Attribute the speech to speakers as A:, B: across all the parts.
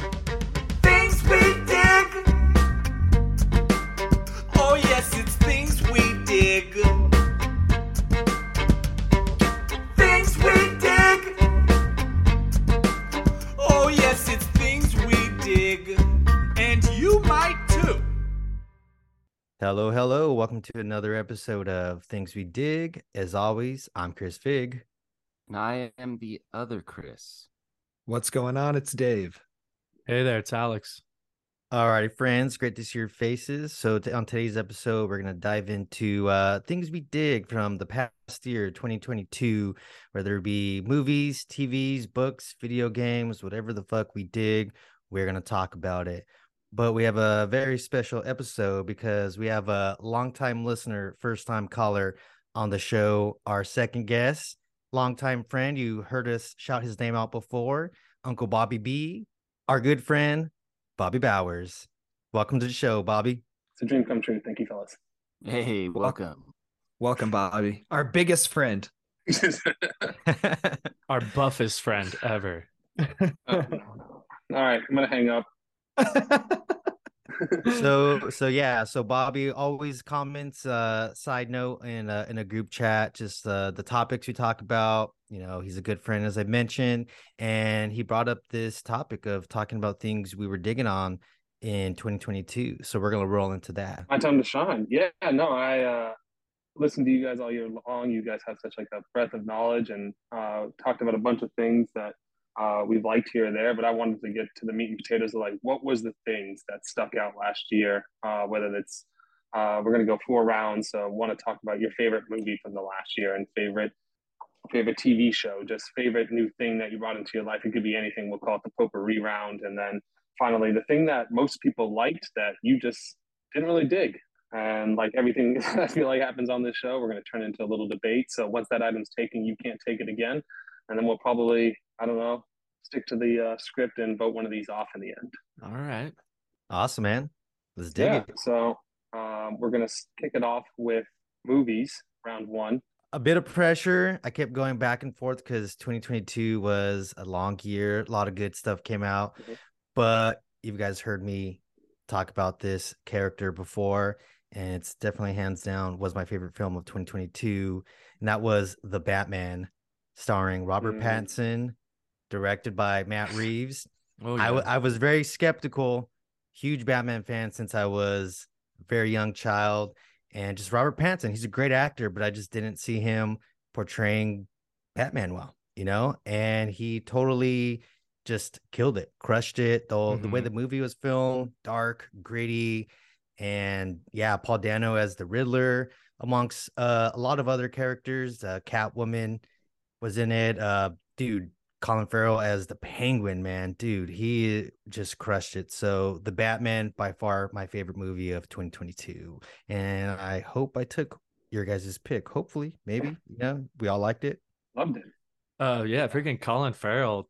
A: Oh, Oh, big, and you might too.
B: Hello, hello. Welcome to another episode of Things We Dig. As always, I'm Chris Fig.
C: And I am the other Chris.
D: What's going on? It's Dave.
E: Hey there, it's Alex.
B: All right, friends, great to see your faces. So, t- on today's episode, we're going to dive into uh, things we dig from the past year, 2022, whether it be movies, TVs, books, video games, whatever the fuck we dig, we're going to talk about it. But we have a very special episode because we have a longtime listener, first time caller on the show, our second guest, longtime friend. You heard us shout his name out before, Uncle Bobby B, our good friend, Bobby Bowers. Welcome to the show, Bobby.
F: It's a dream come true. Thank you, fellas.
C: Hey, welcome.
D: Welcome, Bobby, our biggest friend.
E: Our buffest friend ever.
F: Oh, no, no. All right, I'm gonna hang up.
B: so so yeah so bobby always comments uh side note in a, in a group chat just uh, the topics we talk about you know he's a good friend as i mentioned and he brought up this topic of talking about things we were digging on in 2022 so we're gonna roll into that
F: my time to shine. Yeah, no, I uh, listened to you guys all year long. You guys have such like a breadth of knowledge and uh, talked about a bunch of things that uh, we've liked here and there. But I wanted to get to the meat and potatoes of like what was the things that stuck out last year. Uh, whether that's uh, we're gonna go four rounds. So want to talk about your favorite movie from the last year and favorite favorite TV show, just favorite new thing that you brought into your life. It could be anything. We'll call it the potpourri round, and then finally the thing that most people liked that you just didn't really dig. And like everything I feel like happens on this show, we're going to turn into a little debate. So once that item's taken, you can't take it again. And then we'll probably, I don't know, stick to the uh, script and vote one of these off in the end.
E: All right.
B: awesome man let's dig
F: yeah.
B: it
F: So um, we're going to kick it off with movies, round one.
B: a bit of pressure. I kept going back and forth because 2022 was a long year. A lot of good stuff came out,
F: Mhm.
B: but you guys heard me talk about this character before, and it's definitely hands down was my favorite film of 2022, and that was The Batman, starring Robert
F: Mm.
B: Pattinson, directed by Matt Reeves.
E: Oh,
B: I,
E: yeah.
B: w- I was very skeptical, huge Batman fan since I was a very young child. And just Robert Pattinson, he's a great actor, but I just didn't see him portraying Batman well, you know? And he totally just killed it, crushed it. The, the way
E: Mhm.
B: the movie was filmed, dark, gritty. And yeah, Paul Dano as the Riddler, amongst uh, a lot of other characters. Uh, Catwoman was in it. Uh, dude, Colin Farrell as the Penguin, man, dude, he just crushed it. So the Batman, by far, my favorite movie of 2022, and I hope I took your guys' pick. Hopefully, maybe, yeah, we all liked it.
F: Loved it.
E: Oh yeah, freaking Colin Farrell.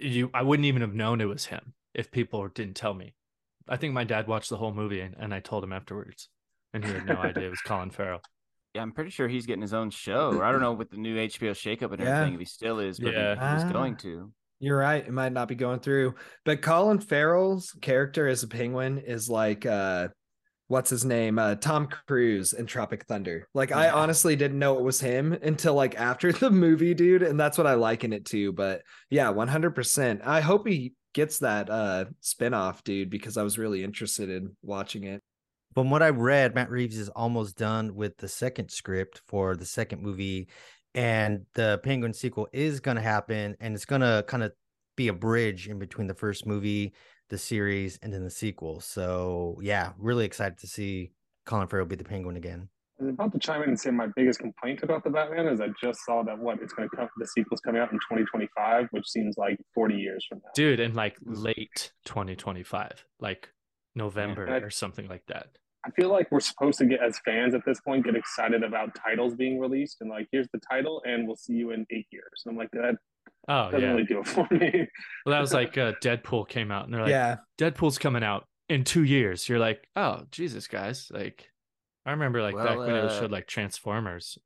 E: You, I wouldn't even have known it was him if people didn't tell me. I think my dad watched the whole movie and, and I told him afterwards, and he had no idea it was Colin Farrell.
C: Yeah, I'm pretty sure he's getting his own show. Or I don't know with the new HBO shakeup and
D: Yeah.
C: everything if he still is, but yeah.
E: Yeah.
C: he, was
D: Ah.
C: going to.
D: You're right. It might not be going through, but Colin Farrell's character as a penguin is like, uh, what's his name? Uh, Tom Cruise in Tropic Thunder. Like, I
C: Yeah.
D: honestly didn't know it was him until like after the movie, dude. And that's what I liken it to. But yeah, 100%. I hope he gets that uh spinoff, dude, because I was really interested in watching it.
B: From what I read, Matt Reeves is almost done with the second script for the second movie, and the Penguin sequel is going to happen, and it's going to kind of be a bridge in between the first movie, the series, and then the sequel. So, yeah, really excited to see Colin Farrell be the Penguin again.
F: I was about to chime in and say my biggest complaint about the Batman is I just saw that what it's going to come. The sequel's coming out in 2025, which seems like 40 years from now.
E: Dude, in like late 2025, like November
F: Yeah.
E: or something like that.
F: I feel like we're supposed to get as fans at this point get excited about titles being released and like here's the title and we'll see you in eight years. And I'm like that
E: Oh
F: doesn't
E: yeah.
F: really do it for me.
E: Well, that was like uh, Deadpool came out, and they're like,
D: yeah.
E: Deadpool's coming out in two years. You're like, oh Jesus, guys! Like, I remember like back
C: Well,
E: when it was
C: uh,
E: showed like Transformers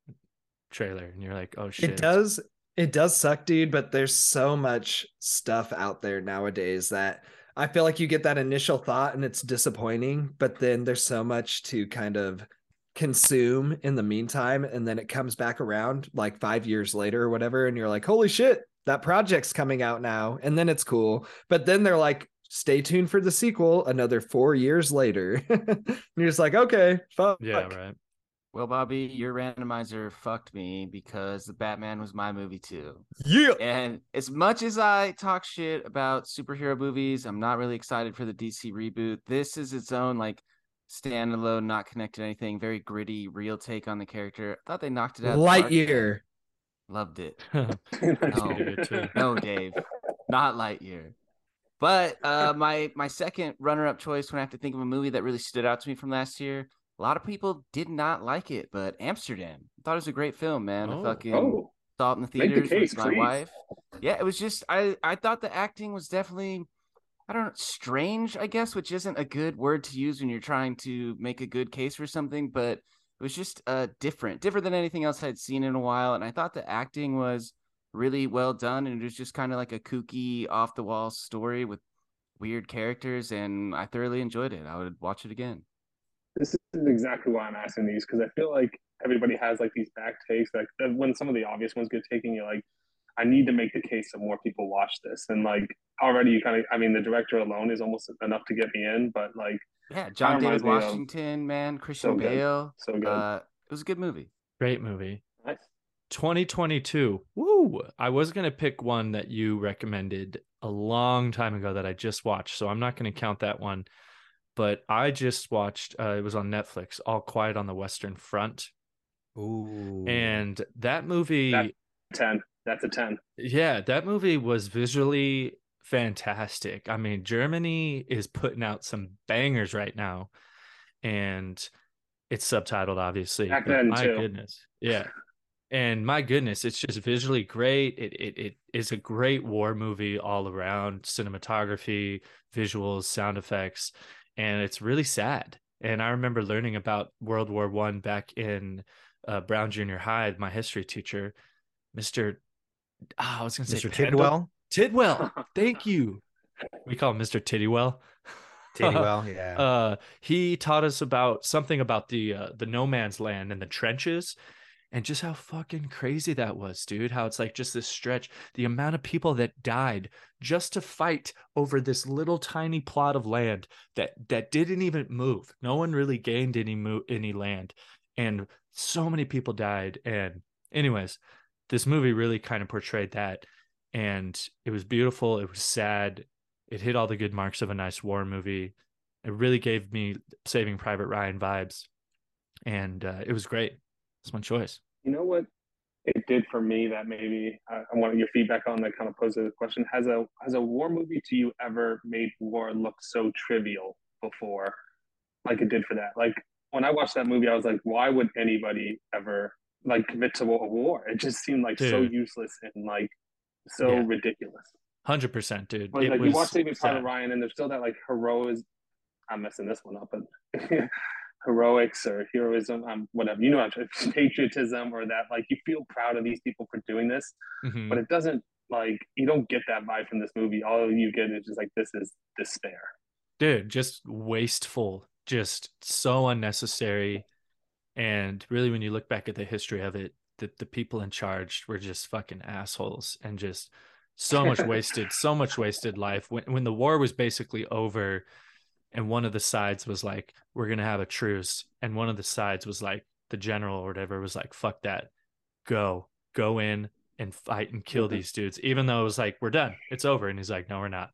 E: trailer, and you're like, oh shit,
D: It does. It does suck, dude. But there's so much stuff out there nowadays that I feel like you get that initial thought and it's disappointing. But then there's so much to kind of consume in the meantime, and then it comes back around like five years later or whatever, and you're like, holy shit, that project's coming out now, and then it's cool. But then they're like. stay tuned for the sequel another four years later. and you're just like, okay, fuck.
E: Yeah, right.
C: Well, Bobby, your randomizer fucked me because the Batman was my movie too.
D: Yeah.
C: And as much as I talk shit about superhero movies, I'm not really excited for the DC reboot. This is its own like standalone, not connected to anything, very gritty, real take on the character. I thought they knocked it out. of the park.
D: Lightyear.
C: Loved it.
E: That'd be good, too.
C: No, Dave, not Lightyear. But uh, my my second runner-up choice when I have to think of a movie that really stood out to me from last year, a lot of people did not like it, but Amsterdam. I thought it was a great film, man.
E: Oh.
C: I fucking
F: Oh,
C: saw it in the
F: Make the
C: theaters
F: case,
C: with my
F: please.
C: wife. Yeah, it was just I I thought the acting was definitely I don't know, strange, I guess, which isn't a good word to use when you're trying to make a good case for something, but it was just uh different, different than anything else I'd seen in a while. And I thought the acting was really well done and it was just kind of like a kooky off the wall story with weird characters and I thoroughly enjoyed it. I would watch it again.
F: this is exactly why I'm asking these because I feel like everybody has like these back takes. Like that when some of the obvious ones get taken, you're like, I need to make the case so more people watch this. And like already, you kind of, I mean, the director alone is almost enough to get me in. But like,
C: Yeah, John
F: reminds
C: David
F: me of-
C: Washington, man, Christian
F: So good.
C: Bale.
F: so good.
C: Uh it was a good movie.
E: Great movie.
F: Nice.
E: 2022. Woo! I was going to pick one that you recommended a long time ago that I just watched, so I'm not going to count that one. But I just watched uh, it was on Netflix, All Quiet on the Western Front,
B: Ooh.
E: and that movie
F: That- ten. That's a ten.
E: Yeah, that movie was visually fantastic. I mean, Germany is putting out some bangers right now, and it's subtitled, obviously.
F: Back
E: but
F: then,
E: my
F: too.
E: goodness, yeah, and my goodness, it's just visually great. It it it is a great war movie all around, cinematography, visuals, sound effects, and it's really sad. And I remember learning about World War One back in uh, Brown Junior High. My history teacher, Mister, ah, I was going to say
B: Mr.
E: Pendle-
B: Tidwell.
E: Tidwell. Thank you. We call him Mr. Tittywell.
B: Tidwell, yeah.
E: Uh, he taught us about something about the uh, the no man's land and the trenches, and just how fucking crazy that was, dude. How it's like just this stretch, the amount of people that died just to fight over this little tiny plot of land that that didn't even move. No one really gained any mo- any land, and so many people died. And anyways, this movie really kind of portrayed that, and it was beautiful. It was sad. It hit all the good marks of a nice war movie it really gave me Saving Private Ryan vibes, and uh, it was great. It's my choice.
F: You know what it did for me that maybe I, I wanted your feedback on that kind of poses the question. Has a has a war movie to you ever made war look so trivial before? Like it did for that. Like when I watched that movie, I was like, why would anybody ever like commit to a war? It just seemed like so
E: Dude.
F: useless and like so
E: Yeah.
F: ridiculous.
E: Hundred percent, dude.
F: But
E: It
F: like you
E: was
F: watch Saving Private
E: sad.
F: Ryan and there's still that like heroism I'm messing this one up, but heroics or heroism, um, whatever you know, what I'm trying- patriotism or that like you feel proud of these people for doing this,
E: Mhm.
F: but it doesn't like you don't get that vibe from this movie. All you get is just like this is despair.
E: dude just wasteful just so unnecessary and really when you look back at the history of it the, the people in charge were just fucking assholes and just so much wasted so much wasted life when, when the war was basically over and one of the sides was like we're gonna have a truce and one of the sides was like the general or whatever was like fuck that go go in and fight and kill
F: Mhm.
E: these dudes even though it was like we're done it's over and he's like no we're not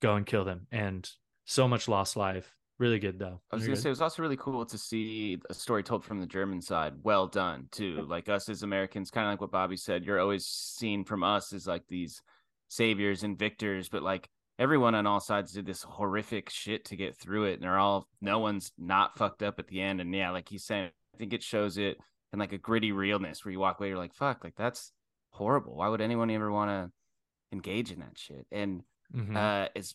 E: go and kill them and so much lost life really good though
C: I was
E: You're
C: gonna
E: good.
C: say it was also really cool to see a story told from the German side. Well done too. Like us as Americans, kind of like what Bobby said, you're always seen from us as like these saviors and victors, but like everyone on all sides did this horrific shit to get through it, and they're all no one's not fucked up at the end. And yeah, like he's saying, I think it shows it in like a gritty realness where you walk away, you're like, fuck, like that's horrible. Why would anyone ever want to engage in that shit? And
F: Mm-hmm.
E: Mhm.
C: uh, as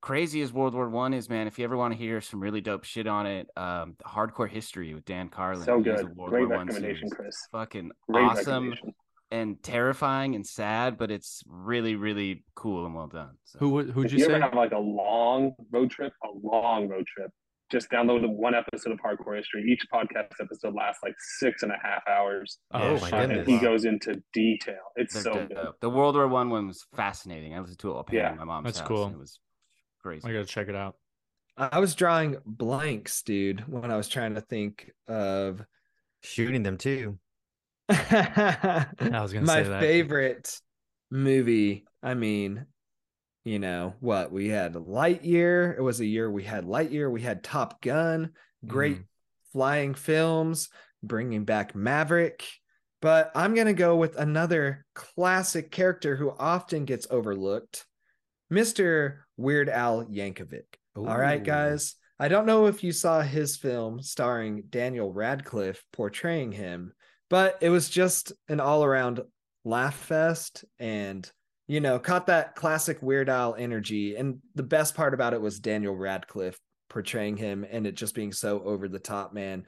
C: crazy as World War One is, man, if you ever want to hear some really dope shit on it, um, Hardcore History with Dan Carlin.
F: so
C: he has a
F: good,
C: World
F: great
C: War One
F: recommendation,
C: series.
F: Chris.
C: Fucking
F: Great
C: awesome
F: recommendation.
C: and terrifying and sad, but it's really, really cool and well done. So.
E: who would who'd
F: If
E: you,
F: you
E: say
F: ever have like a long road trip, a long road trip, just download one episode of Hardcore History. Each podcast episode lasts like six and a half hours.
B: Oh,
E: Yeah,
B: my
E: shit.
F: Uh,
B: goodness.
F: and he goes into detail. It's
C: They're
F: so
C: dope.
F: good.
C: The World War One one was fascinating. I listened to it all
F: Yeah,
C: yeah, my mom's
E: that's
C: house.
E: cool.
C: and It was
E: I
C: Crazy.
E: gotta check it out.
D: I was drawing blanks, dude, when I was trying to think of
B: Shooting them too.
E: I was gonna
D: my
E: say that.
D: favorite movie. I mean, you know what? We had Lightyear. It was a year we had Lightyear. We had Top Gun. Great
E: Mm-hmm.
D: flying films, bringing back Maverick. But I'm gonna go with another classic character who often gets overlooked, Mr. Weird Al Yankovic. All right,
B: Ooh.
D: guys. I don't know if you saw his film starring Daniel Radcliffe portraying him, but it was just an all around laugh fest and, you know, caught that classic Weird Al energy. And the best part about it was Daniel Radcliffe portraying him and it just being so over the top, man.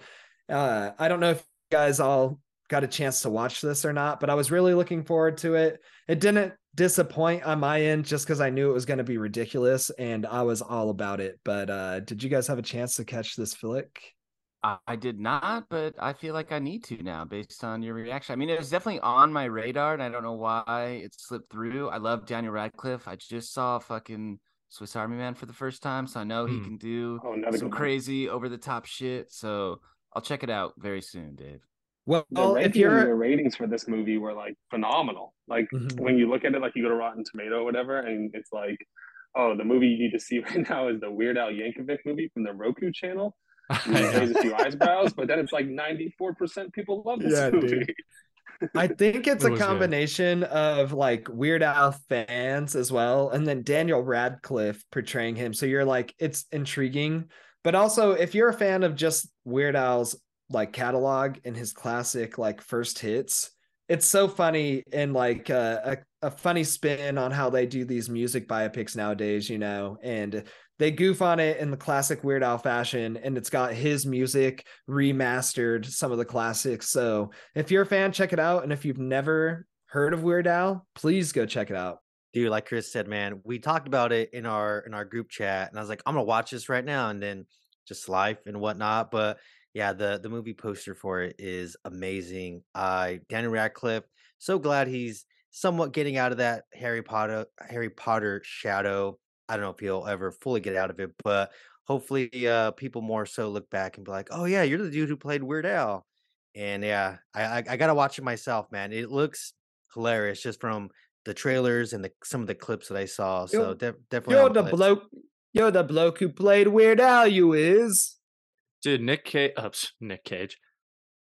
D: Uh, I don't know if you guys all got a chance to watch this or not, but I was really looking forward to it it didn't disappoint on my end just because I knew it was going to be ridiculous and I was all about it. But uh, did you guys have a chance to catch this flick?
C: I, I did not, but I feel like I need to now based on your reaction. I mean, it was definitely on my radar, and I don't know why it slipped through. I love Daniel Radcliffe. I just saw fucking Swiss Army Man for the first time, so I know he
E: Hmm.
C: can do
F: Oh, another
C: some
F: good one.
C: crazy, over the top shit. So I'll check it out very soon, Dave.
D: Well,
F: The
D: if
F: ratings, the
D: you're
F: ratings for this movie were like phenomenal. Like
D: Mhm.
F: when you look at it, like you go to Rotten Tomato or whatever, and it's like, oh, the movie you need to see right now is the Weird Al Yankovic movie from the Roku channel. You know, raise a few eyebrows, but then it's like ninety-four percent people love this
D: Yeah,
F: movie.
D: dude. I think it's
E: It
D: a
E: was good.
D: combination of like Weird Al fans as well, and then Daniel Radcliffe portraying him. So you're like, it's intriguing. But also, if you're a fan of just Weird Al's like catalog and his classic like first hits, it's so funny and like uh, a, a funny spin on how they do these music biopics nowadays, you know, and they goof on it in the classic Weird Al fashion, and it's got his music remastered, some of the classics. So if you're a fan, check it out. And if you've never heard of Weird Al, please go check it out.
B: Dude, like Chris said, man, we talked about it in our in our group chat, and I was like, I'm gonna watch this right now, and then just life and whatnot. But yeah, the the movie poster for it is amazing. I Daniel Radcliffe, so glad he's somewhat getting out of that Harry Potter Harry Potter shadow. I don't know if he'll ever fully get out of it, but hopefully, uh, people more so look back and be like, "Oh yeah, you're the dude who played Weird Al." And yeah, I I, I gotta watch it myself, man. It looks hilarious just from the trailers and the some of the clips that I saw. So def- definitely,
D: You're
B: on
D: the
B: blitz.
D: bloke. You're the bloke who played Weird Al. You is.
E: Dude, Nick Cage. Nick Cage.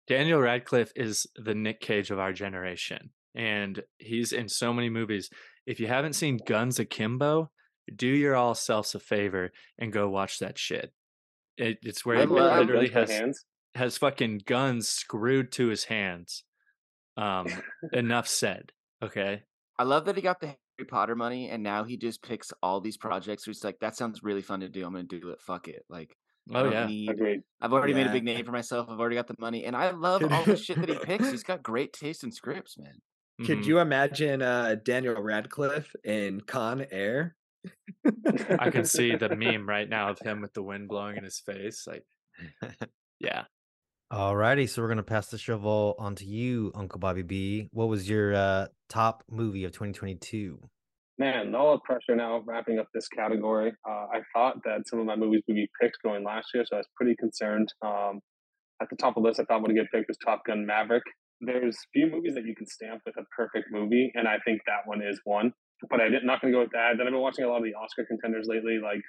E: Daniel Radcliffe is the Nick Cage of our generation, and he's in so many movies. If you haven't seen Guns Akimbo, do your all selves a favor and go watch that shit. It, it's where
C: I
E: he
C: love Guns
E: literally
F: Jennifer
E: has
F: hands.
E: has fucking guns screwed to his hands. Um, enough said. Okay,
C: I love that he got the Harry Potter money, and now he just picks all these projects. Who's like, that sounds really fun to do. I'm gonna do it. Fuck it. Like, I
E: oh
C: don't
E: yeah,
C: need-
F: Agreed.
C: I've already made a
D: Yeah.
C: big name for myself. I've already got the money, and I love
E: Dude.
C: all the shit that he picks. He's got great taste in scripts, man.
E: Mhm.
F: Mm-hmm.
D: Could you imagine uh, Daniel Radcliffe in Con Air?
E: I can see the meme right now of him with the wind blowing in his face. Like, yeah.
B: Alrighty, so we're gonna pass the shovel on to you, Uncle Bobby B. What was your uh, top movie of 2022?
F: Man, all the pressure now of wrapping up this category. Uh, I thought that some of my movies would be picked going last year, so I was pretty concerned. Um, at the top of the list, I thought would get picked was Top Gun Maverick. There's few movies that you can stamp with a perfect movie, and I think that one is one. But I'm not going to go with that. Then I've been watching a lot of the Oscar contenders lately, like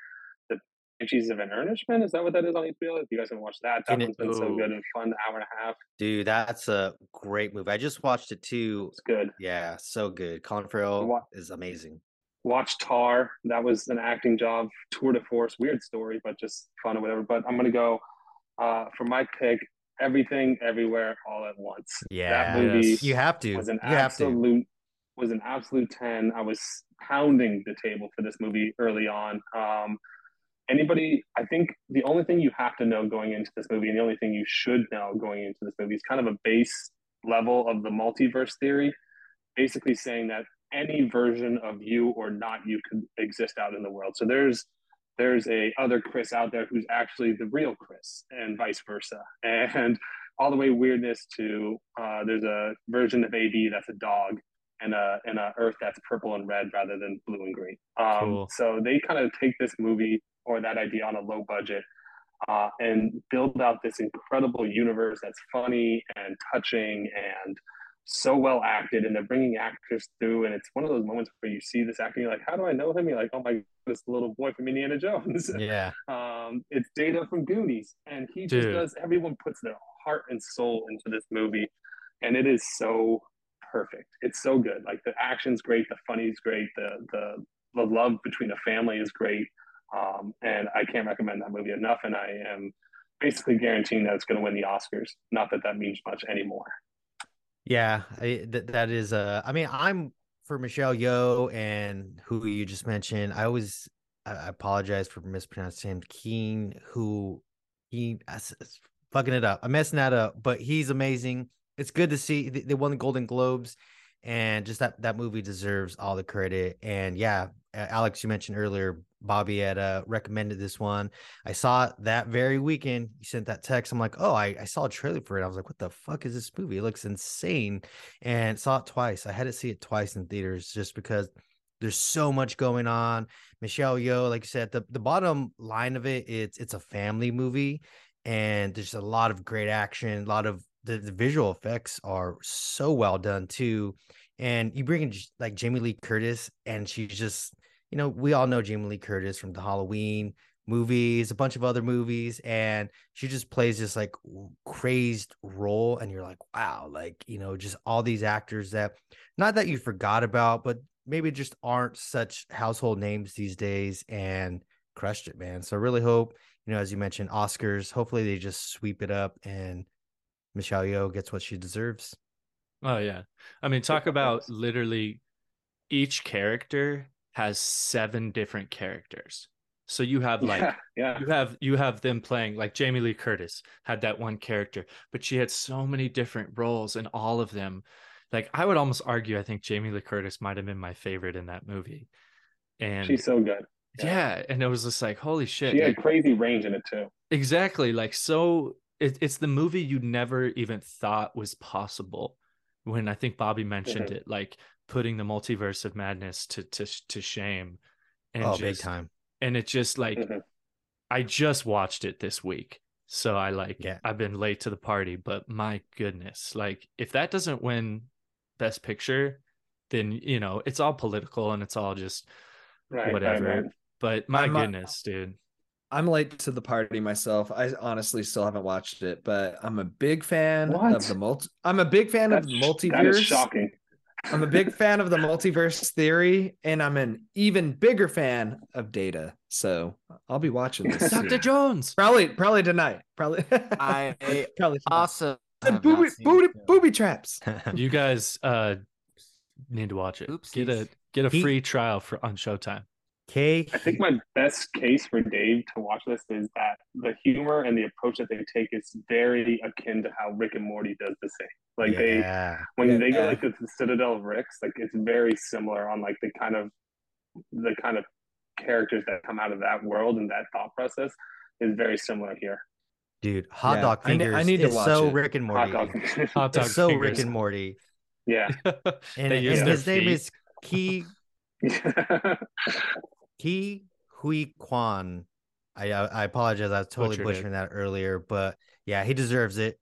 F: the Banshees of an Earnishman. Is that what that is on HBO? If you guys can watch that, that
B: Can it-
F: one's been so
E: Ooh.
F: good and fun. Hour and a half,
B: Dude, that's a great movie. I just watched it too.
F: it's good.
B: Yeah, so good. Colin Farrell
F: What-
B: is amazing.
F: watch Tar. That was an acting job, tour de force. Weird story, but just fun or whatever. But I'm gonna go uh, for my pick. Everything, everywhere, all at once.
B: Yeah,
F: that movie
E: yes.
B: You have to.
F: was an
B: you have to.
F: absolute was an absolute ten. I was pounding the table for this movie early on. Um, anybody, I think the only thing you have to know going into this movie, and the only thing you should know going into this movie, is kind of a base level of the multiverse theory, basically saying that any version of you or not you could exist out in the world. So there's there's a other Chris out there who's actually the real Chris, and vice versa, and all the way weirdness to uh, there's a version of AD that's a dog, and a and a earth that's purple and red rather than blue and green. Um,
E: Cool.
F: So they kind of take this movie or that idea on a low budget uh, and build out this incredible universe that's funny and touching and so well acted. And they're bringing actors through, and it's one of those moments where you see this actor, you're like, how do I know him? You're like, oh my, God, this little boy from Indiana Jones.
B: Yeah.
F: Um, it's Data from Goonies, and he just
E: Dude.
F: does. Everyone puts their heart and soul into this movie, and it is so perfect. It's so good. Like the action's great, the funny's great, the the the love between a family is great. Um, and I can't recommend that movie enough. And I am basically guaranteeing that it's going to win the Oscars. Not that that means much anymore.
B: Yeah, I, that that is. Uh, I mean, I'm for Michelle Yeoh and who you just mentioned. I always I I apologize for mispronouncing him. Keen, who he fucking it up. I'm messing that up, but he's amazing. It's good to see they they won the Golden Globes, and just that that movie deserves all the credit. And yeah, A- Alex, you mentioned earlier, Bobby had uh, recommended this one. I saw it that very weekend. You sent that text. I'm like, oh, I, I saw a trailer for it. I was like, what the fuck is this movie? It looks insane. And saw it twice. I had to see it twice in theaters just because there's so much going on. Michelle Yeoh, like you said, the, the bottom line of it, it's it's a family movie, and there's a lot of great action. A lot of the, the visual effects are so well done too. And you bring in J- like Jamie Lee Curtis, and she's just, you know, we all know Jamie Lee Curtis from the Halloween movies, a bunch of other movies, and she just plays this like w- crazed role. And you're like, wow, like, you know, just all these actors that not that you forgot about, but maybe just aren't such household names these days and crushed it, man. So I really hope, you know, as you mentioned, Oscars, hopefully they just sweep it up and Michelle Yeoh gets what she deserves.
E: Oh yeah. I mean, talk about literally each character has seven different characters. So you have like
F: yeah, yeah.
E: you have you have them playing like Jamie Lee Curtis had that one character, but she had so many different roles and all of them. Like I would almost argue I think Jamie Lee Curtis might have been my favorite in that movie. And
F: She's so good.
E: yeah. and it was just like holy shit.
F: She
E: like,
F: had crazy range in it too.
E: Exactly. Like so it, it's the movie you never even thought was possible when I think Bobby mentioned
F: Mm-hmm.
E: it, like putting the multiverse of madness to to to shame. And
B: oh,
E: just,
B: big time.
E: And it just like
F: Mhm.
E: I just watched it this week. So I like
B: Yeah.
E: I've been late to the party, but my goodness, like if that doesn't win best picture, then you know, it's all political and it's all just
F: Right.
E: whatever.
F: Right, right.
E: But my
D: I'm, uh,
E: goodness, dude.
D: I'm late to the party myself. I honestly still haven't watched it, but I'm a big fan
F: What?
D: of the multi. I'm a big fan of
F: That's- That is
D: multiverse.
F: shocking.
D: I'm a big fan of the multiverse theory, and I'm an even bigger fan of Data. So I'll be watching this. soon.
E: Dr. Jones.
D: Probably, probably tonight. Probably.
C: I
D: probably. tonight.
C: also
D: The
C: have not
D: booby,
C: seen
D: booby,
C: the film.
D: booby traps.
E: you guys uh need to watch it. Get a
C: Oopsies.
E: get a
B: He-
E: free trial for on Showtime.
B: K.
F: I think my best case for Dave to watch this is that the humor and the approach that they take is very akin to how Rick and Morty does the same. Like they
B: E yeah.
F: when they go
D: Yeah.
F: like to the Citadel of Ricks, like it's very similar on like the kind of the kind of characters that come out of that world and that thought process is very similar here.
B: dude, hot
D: Yeah,
B: dog
D: I ne- I
B: fingers.
D: need to
B: is
D: watch
B: so
D: it.
B: Rick and
F: Hot
B: Morty.
F: dog.
E: Hot dog
B: It's so
E: fingers.
B: Rick and Morty.
F: yeah.
B: And,
E: They use
B: and
E: their
B: his name
E: feet.
B: is Ki Ki Hui Kwan. I I I apologize. I was totally
E: Butchered it.
B: butchering that earlier, but yeah, he deserves it.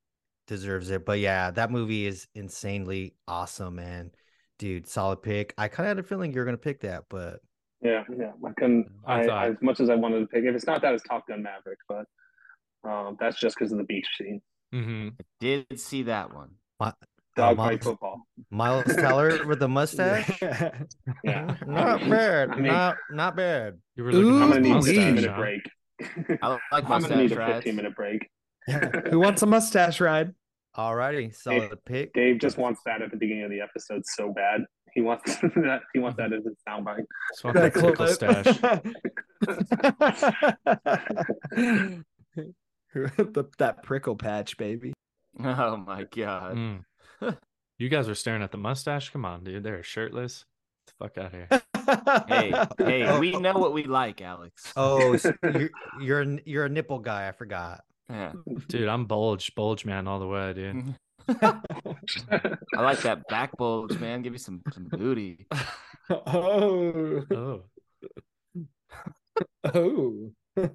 B: Deserves it. But yeah, that movie is insanely awesome, man. Dude, solid pick. I kind of had a feeling you were gonna pick that, but
F: yeah, yeah. I couldn't
E: I
F: I,
E: thought-
F: as much as I wanted to pick if it's not that it's Top Gun Maverick, but um, that's just because of the beach scene.
E: hmm
C: Did see that one.
B: uh,
F: Dog fight
B: Miles,
F: football.
B: Miles Teller with a mustache.
F: Yeah.
B: Not bad.
F: I mean-
B: not not bad.
E: You were
D: Ooh,
E: looking
F: I'm
E: at
F: gonna
E: his
F: need a
D: Mustache,
E: mustache.
F: 15 minute
E: huh?
F: break.
C: I like
F: I'm gonna
C: mustache
F: need a
C: rides.
F: 15 minute break.
D: Who wants a mustache ride?
B: Alrighty, solid pick.
F: Dave just wants that at the beginning of the episode so bad. He wants that. He wants that as his soundbite.
E: Just want my clinical stash.
D: The- that prickle patch, baby.
C: Oh my god.
E: Mm. You guys were staring at the mustache. Come on, dude. They're shirtless. Get the fuck out of here.
C: Hey, hey, we know what we like, Alex.
B: Oh, so you're you're a- you're a nipple guy. I forgot.
C: Yeah.
E: Dude, I'm bulge, bulge man all the way, dude.
C: I like that back bulge, man. Give me some some booty.
D: oh,
E: Oh,
D: oh.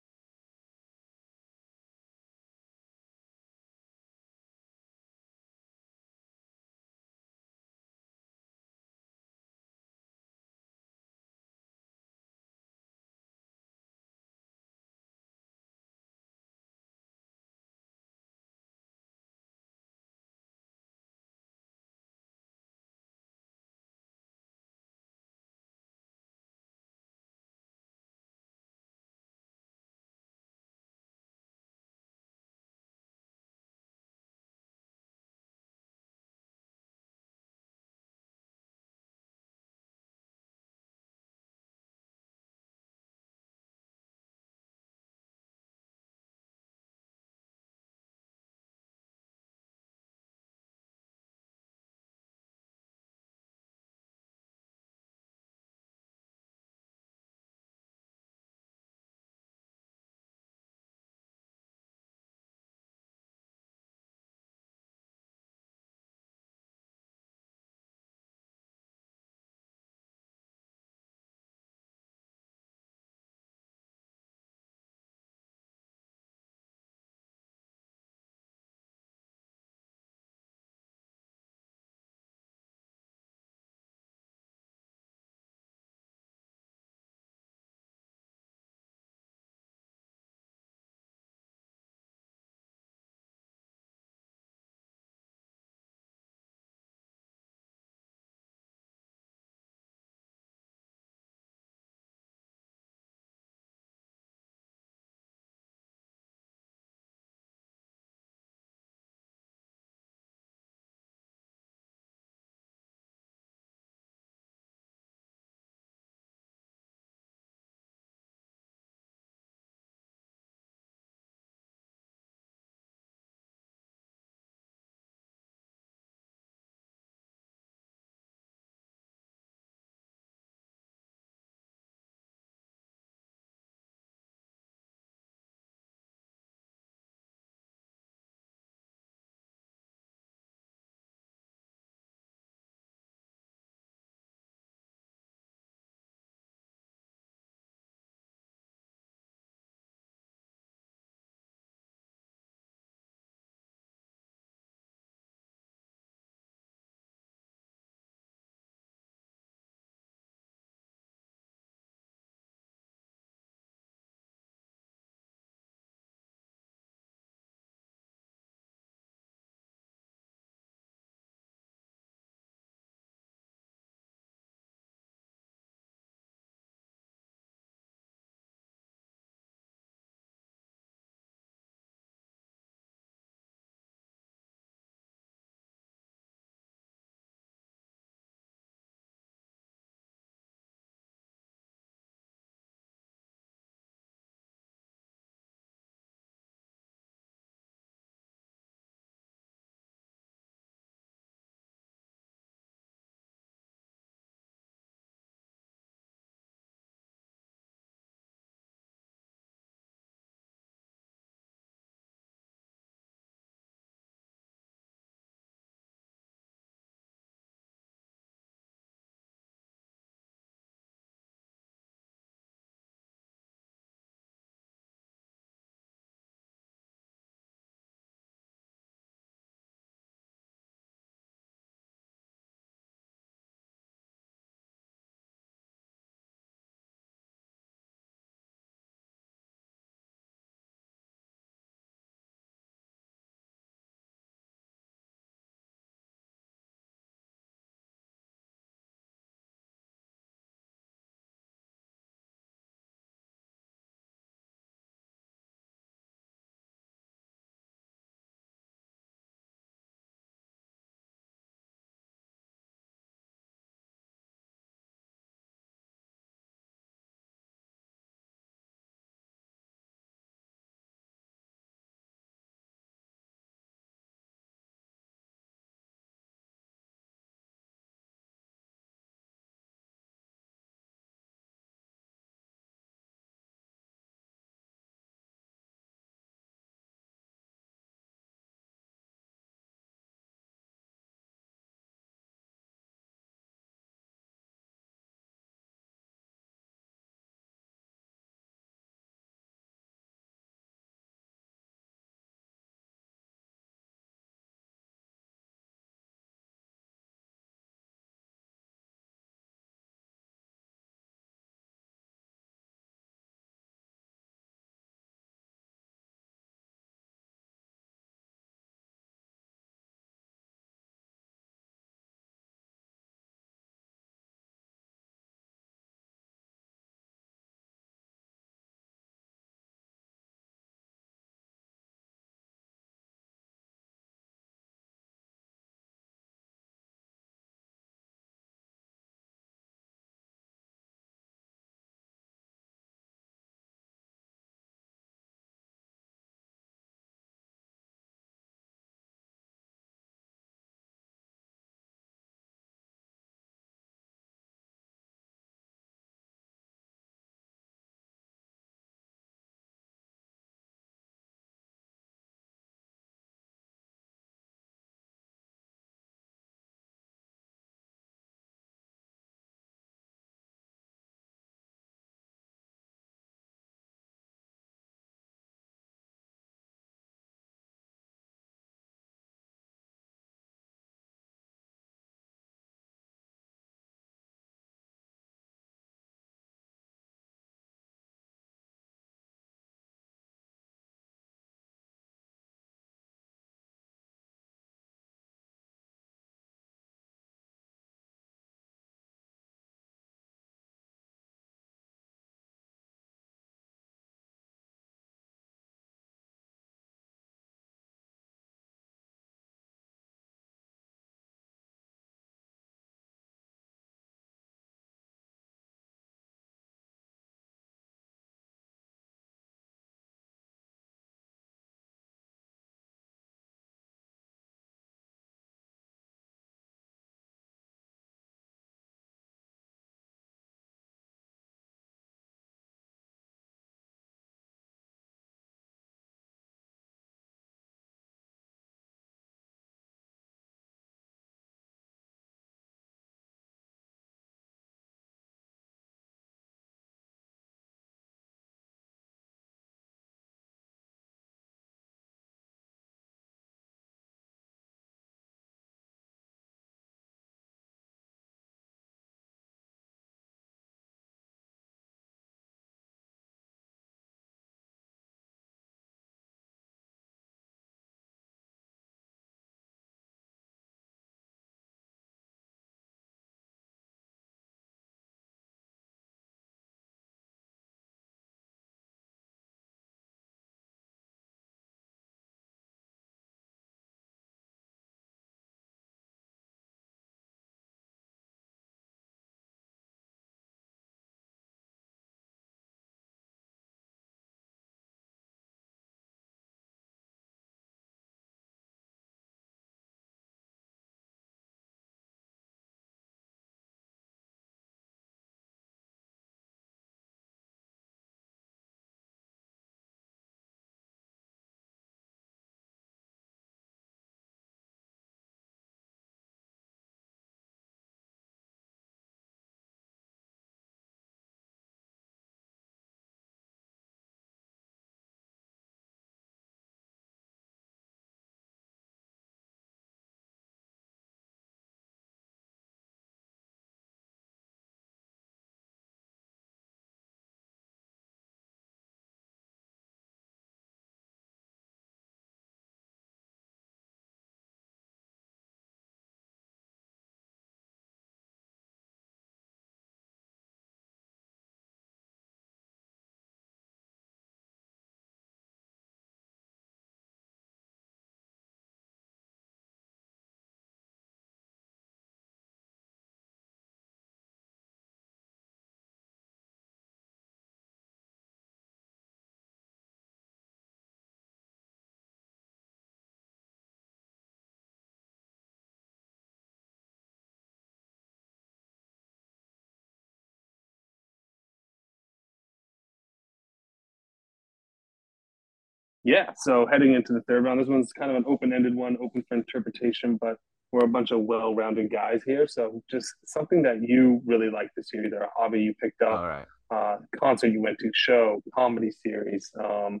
F: yeah, so heading into the third round, this one's kind of an open-ended one, open for interpretation, but we're a bunch of well-rounded guys here. So just something that you really like this year, either a hobby you picked up,
C: All right.
F: uh, concert you went to, show, comedy series. Um,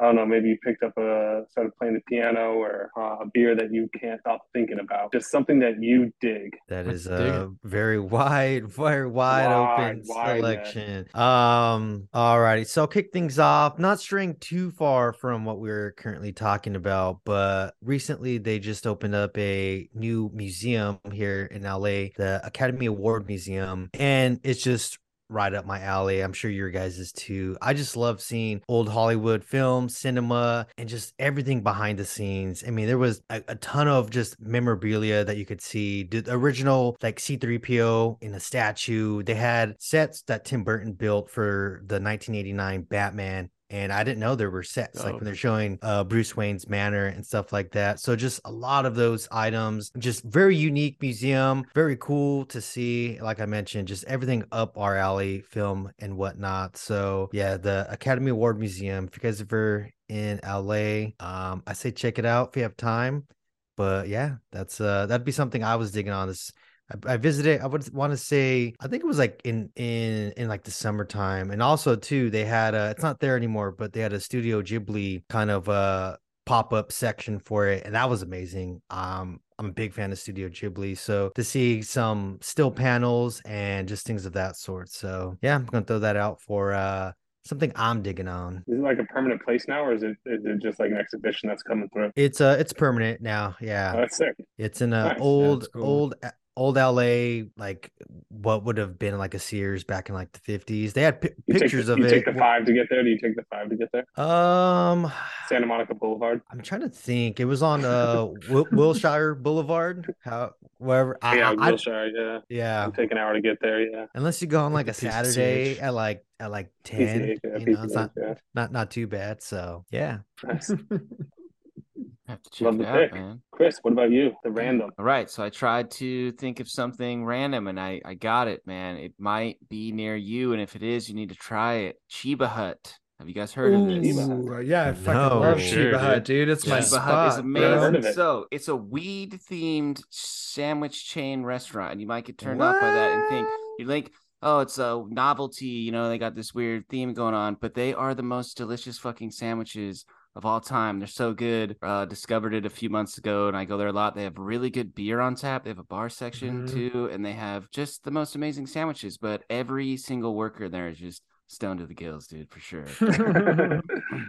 F: I don't know, maybe you picked up a started playing the piano or uh, a beer that you can't stop thinking about. Just something that you dig.
B: That
E: I
B: is
E: dig
B: a very wide, very wide,
F: Wide,
B: open
F: wide net.
B: selection. Um, all righty. So I'll kick things off, not straying too far from what we're currently talking about, but recently they just opened up a new museum here in LA, the Academy Award Museum, and it's just right up my alley. I'm sure your guys is too. I just love seeing old Hollywood film, cinema, and just everything behind the scenes. I mean, there was a, a ton of just memorabilia that you could see. The original like C3PO in a statue. They had sets that Tim Burton built for the 1989 Batman. And I didn't know there were sets like
E: Dope.
B: when they're showing uh, Bruce Wayne's manor and stuff like that. So just a lot of those items, just very unique museum, very cool to see. Like I mentioned, just everything up our alley, film and whatnot. So yeah, the Academy Award Museum. If you guys ever in LA, um, I say check it out if you have time. But yeah, that's uh that'd be something I was digging on this I, I visited. I would want to say. I think it was like in in in like the summertime, and also too they had a. It's not there anymore, but they had a Studio Ghibli kind of uh pop up section for it, and that was amazing. Um, I'm a big fan of Studio Ghibli, so to see some still panels and just things of that sort. So yeah, I'm gonna throw that out for uh something I'm digging on.
F: Is it like a permanent place now, or is it, is it just like an exhibition that's coming through?
B: It's uh it's permanent now. Yeah.
F: Oh, that's sick.
B: It's in a
F: Nice. Yeah,
B: old
D: that's cool.
B: old old LA like what would have been like a Sears back in like the 50s. They had pi
F: You
B: pictures
F: take the,
B: of
F: you
B: it.
F: take the five to get there. Do you take the five to get there?
B: Um
F: Santa Monica Boulevard.
B: I'm trying to think. It was on uh Wil- Wilshire Boulevard, how wherever I,
F: yeah,
B: I, Oh. I
F: Wilshire. Yeah,
B: yeah.
F: It'll take an hour to get there. Yeah,
B: Unless you go on like
E: Like
B: a
E: the PCH.
B: Saturday at like at like 10,
F: PCH, yeah,
B: you know, it's
F: PCH,
B: not
F: yeah.
B: not not too bad. So, yeah.
F: Nice.
C: I have to check
F: Love
C: it
F: the
C: out,
F: pick.
C: man.
F: Chris, what about you? The random.
C: All right, so I tried to think of something random, and I I got it, man. It might be near you, and if it is, you need to try it. Chiba Hut. Have you guys heard of this?
D: Ooh, uh, yeah, I fucking
B: No.
D: love
E: Sure,
D: Shiba
E: dude.
D: Hut, dude. It's my
E: Yeah.
C: Chiba Hut is
D: spot. bro.
F: Never heard of
C: amazing.
F: it.
C: So it's a weed themed sandwich chain restaurant, and you might get turned off by that and think you're like, oh, it's a novelty. You know, they got this weird theme going on, but they are the most delicious fucking sandwiches of all time. They're so good. Uh, discovered it a few months ago, and I go there a lot. They have really good beer on tap. They have a bar section
D: Mhm.
C: too, and they have just the most amazing sandwiches. But every single worker there is just stoned to the gills, dude, for sure.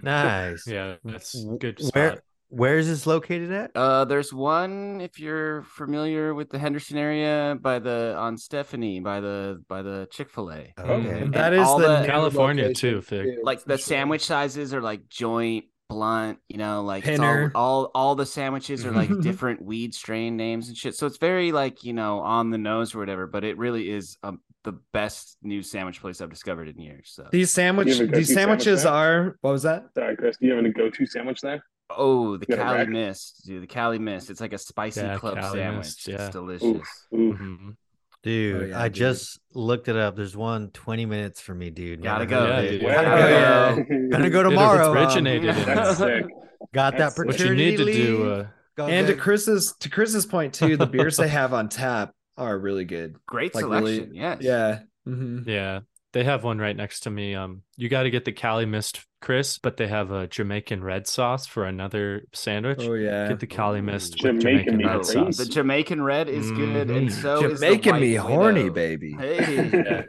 B: Nice.
E: Yeah, that's
B: W-
E: good
B: Where
E: spot.
B: where is this located at?
C: Uh, there's one if you're familiar with the Henderson area by the on Stephanie by the by the Chick Fil A.
D: Uh,
B: Okay.
E: Mm.
D: that
C: And
D: is
C: all
D: the,
C: the-
D: new
E: California,
D: location,
E: too, Fig.
C: Like
D: for
C: the
D: sure.
C: sandwich sizes are like joint, blunt, you know, like it's all,
D: Pinner.
C: all all the sandwiches are like
D: Mhm.
C: different weed strain names and shit. So it's very like you know on the nose or whatever. But it really is um, the best new sandwich place I've discovered in years. So
D: These
F: You
D: sandwich,
F: have a
D: these
F: go-to sandwich
D: sandwiches
F: there?
D: are. What was that?
F: Sorry, Chris. Do you have any go-to sandwich there?
C: oh, the
F: You got a
C: Cali
F: rack?
C: Mist, dude, the Cali Mist. It's like a spicy
E: Yeah,
C: club
E: Cali
C: sandwich.
E: Mist,
C: It's
E: yeah.
C: delicious.
F: Ooh, ooh.
E: Mhm.
B: Dude,
D: yeah,
B: I
D: dude.
B: just looked it up. There's one 20 minutes for me, dude.
C: Gotta
B: Never
C: go,
B: heard of
E: Yeah,
B: it.
E: dude.
B: Gotta
E: Gotta
B: go.
E: go.
B: Gonna go
E: It
B: tomorrow. um,
E: originated in
F: That's
E: that.
F: sick.
B: got that
F: That's sick.
E: What
B: paternity
E: you need to
B: leave.
E: do, uh,
B: Got
D: And to
B: that-
D: Chris's, to Chris's point too, the beers they have on tap are really good.
C: Great
D: Like,
C: selection.
D: really-
C: yes.
D: Yeah. hmm
E: yeah, they have one right next to me. Um, you got to get the Cali Mist, Chris, but they have a Jamaican red sauce for another sandwich.
D: Oh yeah.
E: Get the Cali
C: Ooh.
E: Mist
F: Jamaican
E: with Jamaican
F: meat
C: Oh,
E: red
F: grease.
E: sauce.
C: the Jamaican red is good, and
E: Mhm.
C: so is the
D: Jamaican
C: White
D: me
C: Widow.
D: horny, baby.
C: Hey.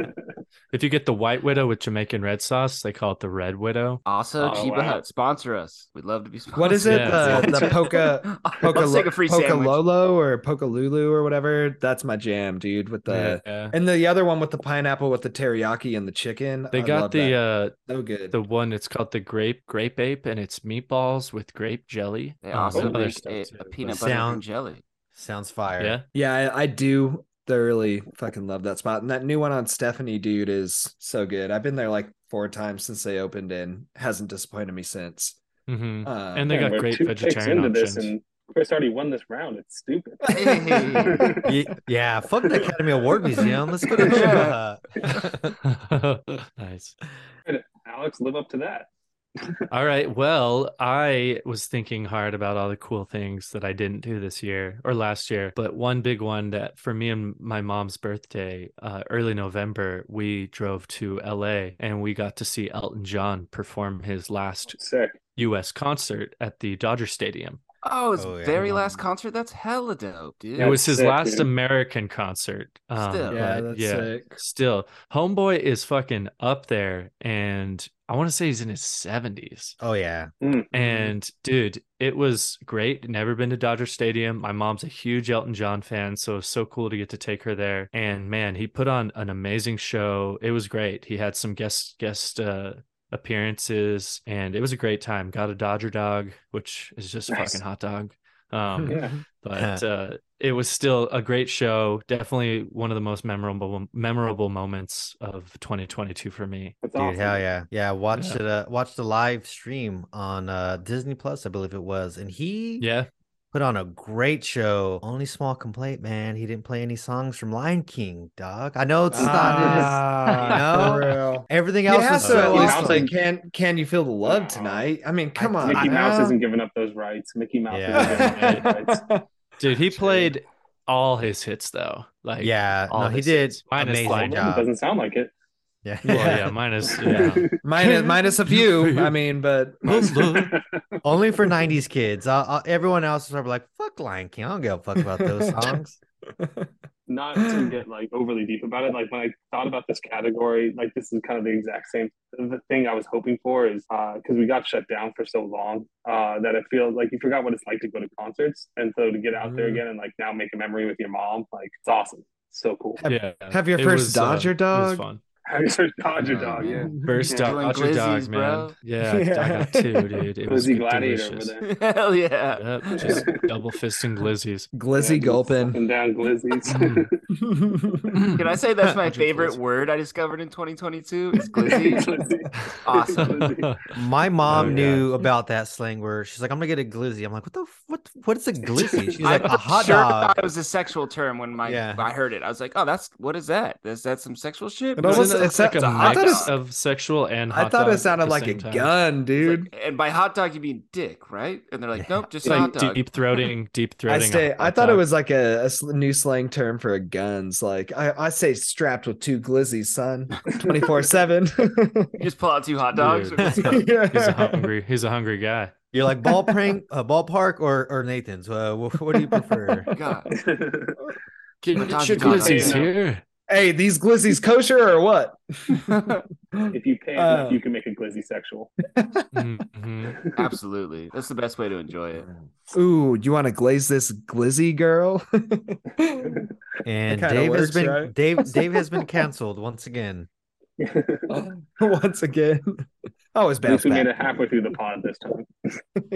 E: If you get the White Widow with Jamaican red sauce, they call it the Red Widow.
C: Also,
F: Oh,
C: Chiba
F: wow.
C: Hut sponsor us. We'd love to be sponsored.
D: What is it? Uh,
E: Yeah.
D: The the polka
C: Let's
D: Poca,
C: take a free sandwich.
D: Lolo or Poca Lulu or whatever. That's my jam, dude. With the
E: yeah.
D: and the other one with the pineapple with the teriyaki and the chicken.
E: They
D: I
E: got
D: love
E: the
D: that.
E: uh
D: so good.
E: the one it's called the grape grape ape and it's meatballs with grape jelly.
C: They
E: Um,
C: also
E: other
C: make
E: stuff
C: a,
E: too,
C: a
E: but-
C: peanut butter
B: Sound-
C: and jelly.
B: Sounds fire.
E: Yeah.
D: yeah, I, I do thoroughly fucking love that spot. And that new one on Stephanie, dude, is so good. I've been there like four times since they opened and hasn't disappointed me since.
E: hmm
D: Uh,
E: And they
F: Man,
E: got
F: we're
E: great
F: two picks
E: vegetarian
F: into this,
E: options.
F: and Chris already won this round. It's stupid.
C: Hey.
B: Ye- Yeah. Fuck the Academy Award Museum. Let's go to Chiba Hut.
E: nice.
F: Alex, live up to that.
E: All right. Well, I was thinking hard about all the cool things that I didn't do this year or last year, but one big one that for me and my mom's birthday, uh, early November, we drove to LA and we got to see Elton John perform his last
F: Sick.
E: U.S. concert at the Dodger Stadium.
C: Oh, his
B: Oh, yeah.
C: very last concert. That's hella dope, dude.
E: it
F: That's
E: was his
F: sick,
E: last
F: dude.
E: American concert. Um,
C: Still.
D: Yeah,
E: but
D: that's
E: yeah.
D: sick.
E: Still, Homeboy is fucking up there, and I want to say he's in his 70s.
B: Oh yeah.
F: Mm-hmm.
E: And dude, it was great. Never been to Dodger Stadium. My mom's a huge Elton John fan, so it was so cool to get to take her there. And man, he put on an amazing show. It was great. He had some guest guest uh appearances and it was a great time. Got a Dodger dog, which is just a
F: Nice.
E: fucking hot dog. Um
F: Yeah.
E: but uh, it was still a great show. Definitely one of the most memorable memorable moments of 2022 for me.
F: That's
B: Dude,
F: awesome.
B: hell yeah. Yeah, I watched it uh watched the live stream on uh Disney Plus, I believe it was. And he
E: Yeah,
B: put on a great show. Only small complaint, man, he didn't play any songs from Lion King, dog. I know it's not his
D: Ah,
B: you know?
D: for real.
B: everything
D: You
B: else
D: have
B: was
F: is
D: to at
B: so
F: Mickey
D: least
F: Mouse
D: play
F: and-
D: can can you feel the love tonight? I mean, come on.
F: Mickey Mouse
B: Yeah.
F: isn't giving up those rights. Mickey Mouse isn't
B: Yeah.
F: giving up those rights.
E: dude, he played all his hits though. Like
B: Yeah,
E: all
B: no, he
E: his
B: did
E: hits. Minus
B: amazing
E: like-
B: job.
F: It doesn't sound like it.
B: Yeah.
E: Well, yeah, minus yeah.
D: minus minus a few. I mean, but
B: Only for 90s kids. Uh, uh, everyone else was probably like, fuck Lion King. I don't give a fuck about those songs.
F: Not to get like overly deep about it. Like when I thought about this category, like this is kind of the exact same the thing I was hoping for is because we got shut down for so long uh, that it feels like you forgot what it's like to go to concerts, and so to get out there
D: Mhm.
F: again and like now make a memory with your mom, like it's awesome. So cool.
E: yeah.
D: Have your
E: It
D: first
E: uh,
D: Dodger
E: It was
D: dog?
E: fun.
F: Dodger dog, yeah.
E: First
C: Yeah. Doing
E: Dodger dog,
C: glizzies,
E: man.
C: bro.
E: Yeah, I got
D: Yeah.
E: two, dude. It was
F: Cozy
E: good-
F: gladiator
E: delicious.
F: over there.
C: Hell yeah.
E: Yep, just double fist and glizzies.
D: glizzy
F: Yeah,
D: gulpin.
F: sucking down glizzies.
E: Mm.
C: Can I say that's my
E: Hundred
C: favorite
E: glizz.
C: word I discovered in 2022? Is glizzy.
F: Glizzy.
C: awesome.
F: Glizzy.
B: My mom
D: Oh,
E: yeah.
B: knew about that slang word. She's like, I'm gonna get a glizzy. I'm like, what the f- what what is a glizzy? She's like, a hot
C: sure
B: dog.
C: thought it was a sexual term when my
B: Yeah.
C: I heard it. I was like, oh, that's what is that? Is that some sexual shit?
D: It
C: No,
D: almost-
C: it's-
D: it's like
C: it's
D: a
C: hot dog.
D: mix It's
E: Of sexual and
D: I
E: hot
D: thought
E: dog
D: it
E: at
D: sounded
E: the
D: like a
E: same time.
D: gun,
C: It's
D: dude.
C: like- and by hot dog you mean dick, right? And they're like, nope, just
E: It's like
C: hot dog.
E: deep throating, deep
D: I
E: throating. a
D: say
E: hot
D: I thought it
E: dog.
D: was like a, a sl- new slang term for a guns. Like I, I say strapped with two glizzies, son, twenty four seven.
C: You just pull out two hot dogs.
E: Dude. He's a hungry. He's a hungry guy.
B: You're like ball prank, uh, ballpark or or Nathan's. Uh, wh- what do you prefer?
C: God.
E: Get,
C: Hot
E: get
C: dog's
E: your
F: hot dog.
E: glizzies
F: Yeah.
E: here.
D: Hey, these glizzies kosher or what?
F: if you pay
D: Uh.
F: enough, you can make a glizzy sexual.
E: Mhm.
C: Absolutely. That's the best way to enjoy it.
D: Ooh, you want to glaze this glizzy girl?
B: And
D: kinda
B: Dave has
D: works,
B: been
D: right?
B: Dave Dave has been canceled once again.
D: Once again, always
F: At
D: bounce
F: least we made it
D: back.
F: halfway through the pond this time.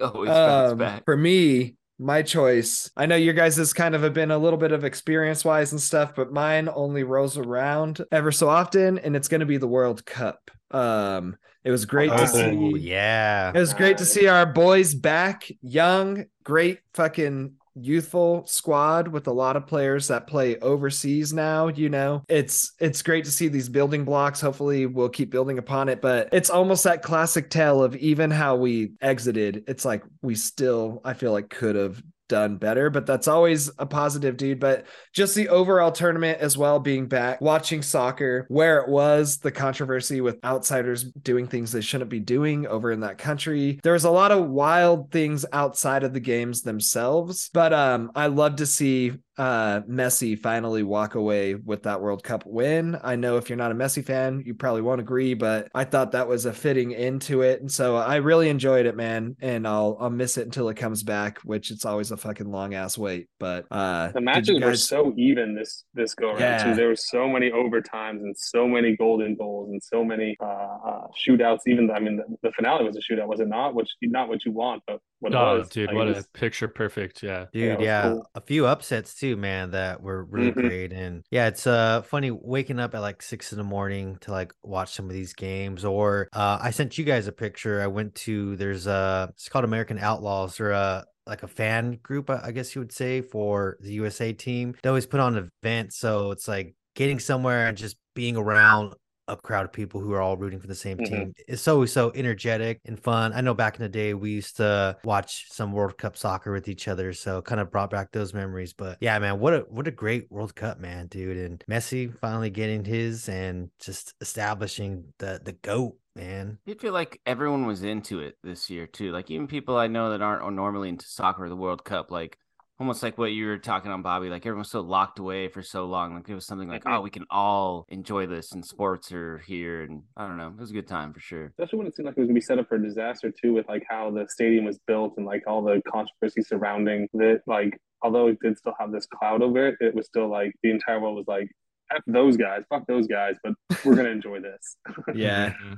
C: Always bounce
D: Um,
C: back.
D: for me, my choice. I know your guys has kind of have been a little bit of experience wise and stuff, but mine only rolls around ever so often, and it's going to be the World Cup. Um, it was great
F: Oh,
D: to see.
B: yeah.
D: It was great to
F: Nice.
D: see our boys back, young, great fucking youthful squad with a lot of players that play overseas now, you know. It's it's great to see these building blocks. Hopefully we'll keep building upon it, but it's almost that classic tale of even how we exited. It's like we still I feel like could have done better, but that's always a positive, dude, but just the overall tournament as well being back watching soccer where it was the controversy with outsiders doing things they shouldn't be doing over in that country there was a lot of wild things outside of the games themselves but um i love to see uh messi finally walk away with that world cup win i know if you're not a messi fan you probably won't agree but i thought that was a fitting into it and so i really enjoyed it man and i'll i'll miss it until it comes back which it's always a fucking long ass wait but uh
F: The
D: did you
F: matches were
D: guys-
F: so even this this go around
D: Yeah.
F: too. There were so many overtimes and so many golden goals and so many uh, uh, shootouts. Even I mean, the, the finale was a shootout, was it not? Which not what you want, but what
E: oh,
F: it was.
E: dude,
F: Like,
E: what
F: it
E: a
F: was-
E: picture perfect. Yeah.
F: Yeah, it
B: Dude,
F: was
B: yeah,
F: cool.
B: a few upsets too, man, that were really
F: Mhm.
B: great. And yeah, it's uh funny waking up at like six in the morning to like watch some of these games. Or uh, I sent you guys a picture. I went to there's a it's called American Outlaws or a like a fan group, I I guess you would say, for the USA team. They always put on events, so it's like getting somewhere and just being around a crowd of people who are all rooting for the same
F: Mhm.
B: team. It's always so energetic and fun. I know back in the day we used to watch some World Cup soccer with each other, so it kind of brought back those memories. But yeah, man, what a what a great World Cup, man, dude. And Messi finally getting his and just establishing the the goat, man.
C: I did feel like everyone was into it this year too. Like even people I know that aren't normally into soccer or the World Cup, like almost like what you were talking on, Bobby. Like everyone's so locked away for so long. Like it was something like,
F: Mhm.
C: oh, we can all enjoy this, and sports are here, and I don't know. It was a good time for sure.
F: Especially when it seemed like it was gonna be set up for disaster too, with like how the stadium was built and like all the controversy surrounding it. Like, although it did still have this cloud over it, it was still like the entire world was like, "F those guys, fuck those guys," but we're gonna enjoy this.
D: Yeah.
E: Mhm.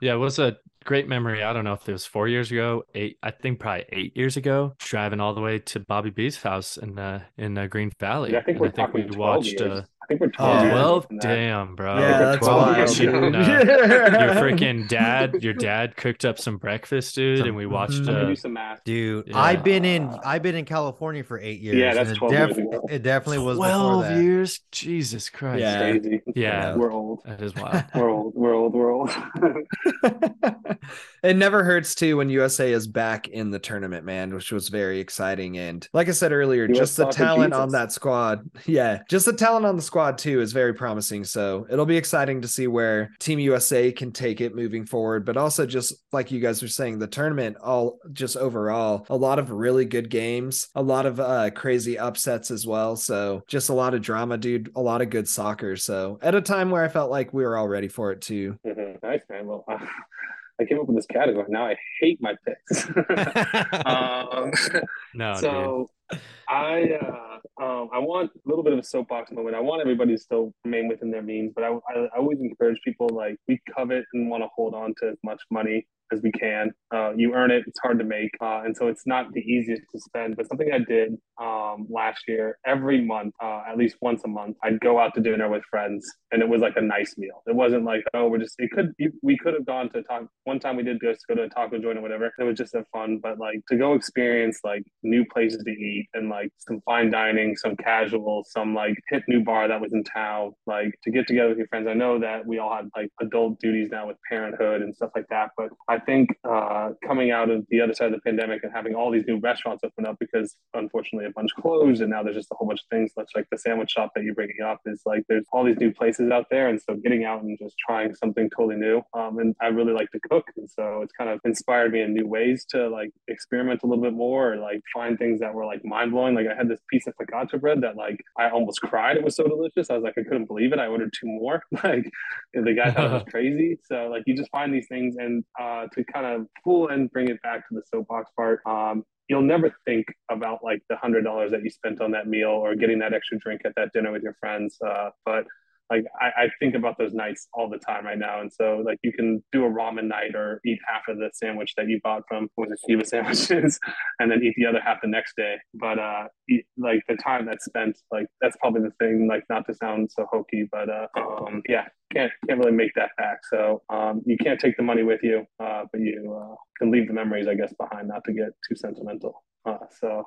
E: Yeah, it was a great memory. I don't know if it was four years ago, eight. I think probably eight years ago. Driving all the way to Bobby B's house in uh, in uh, Green Valley.
F: Yeah, I think
E: And
F: we're talking 12 years.
E: uh,
F: I think we're twelve.
B: Oh,
F: years
E: well,
F: from that.
E: damn, bro.
D: Yeah, that's
B: 12
D: wild.
E: years ago.
D: dude.
E: No. Your freaking dad, your dad cooked up some breakfast, dude,
B: Some-
E: and we watched.
D: Mhm.
F: Let me
E: Uh,
F: do some math.
B: Dude,
E: Yeah.
B: I've been in I've been in California for eight years.
F: Yeah, that's
B: and it
F: 12 years ago.
B: It definitely was before
E: Twelve
B: that.
E: years, Jesus Christ.
D: Yeah.
F: Crazy.
E: Yeah.
F: we're old.
E: That is wild.
F: We're old. We're old. We're old.
D: it never hurts too when USA is back in the tournament, man, which was very exciting. And like I said earlier,
F: US
D: just the
F: soccer
D: talent
F: beats
D: on
F: us.
D: that squad. Yeah, just the talent on the squad too is very promising. So it'll be exciting to see where Team USA can take it moving forward. But also, just like you guys were saying, the tournament all just overall, a lot of really good games, a lot of uh, crazy upsets as well. So just a lot of drama, dude. A lot of good soccer. So at a time where I felt like we were all ready for it too.
F: Mhm. Nice man. Well, uh, I came up with this category. Now I hate my picks. um,
E: No, Oh, dude.
F: so I uh, um, I want a little bit of a soapbox moment. I want everybody to still remain within their means, but I, I, I always encourage people like we covet and want to hold on to as much money as we can. Uh, you earn it; it's hard to make, uh, and so it's not the easiest to spend. But something I did um, last year, every month, uh, at least once a month, I'd go out to dinner with friends, and it was like a nice meal. It wasn't like oh, we're just it could you, we could have gone to a taco. One time we did just go to a taco joint or whatever. It was just a fun, but like to go experience like new places to eat and like some fine dining, some casual, some like hit new bar that was in town. Like to get together with your friends. I know that we all have like adult duties now with parenthood and stuff like that, but I think uh, coming out of the other side of the pandemic and having all these new restaurants open up because unfortunately a bunch closed and now there's just a whole bunch of things much like the sandwich shop that you're bringing up is like there's all these new places out there and so getting out and just trying something totally new um, and I really like to cook and so it's kind of inspired me in new ways to like experiment a little bit more or like find things that were like mind blowing like I had this piece of focaccia bread that like I almost cried it was so delicious I was like I couldn't believe it I ordered two more like and the guy thought it was crazy. So like you just find these things and uh, to kind of pull and bring it back to the soapbox part. Um, you'll never think about like the hundred dollars that you spent on that meal or getting that extra drink at that dinner with your friends. Uh, but like I, I think about those nights all the time right now. And so like you can do a ramen night or eat half of the sandwich that you bought from was it Shiva sandwiches and then eat the other half the next day. But uh, eat, like the time that's spent, like that's probably the thing. Like not to sound so hokey, but uh, um, yeah, can't can't really make that back. So um, you can't take the money with you, uh, but you uh, can leave the memories, I guess, behind. Not to get too sentimental. Uh, so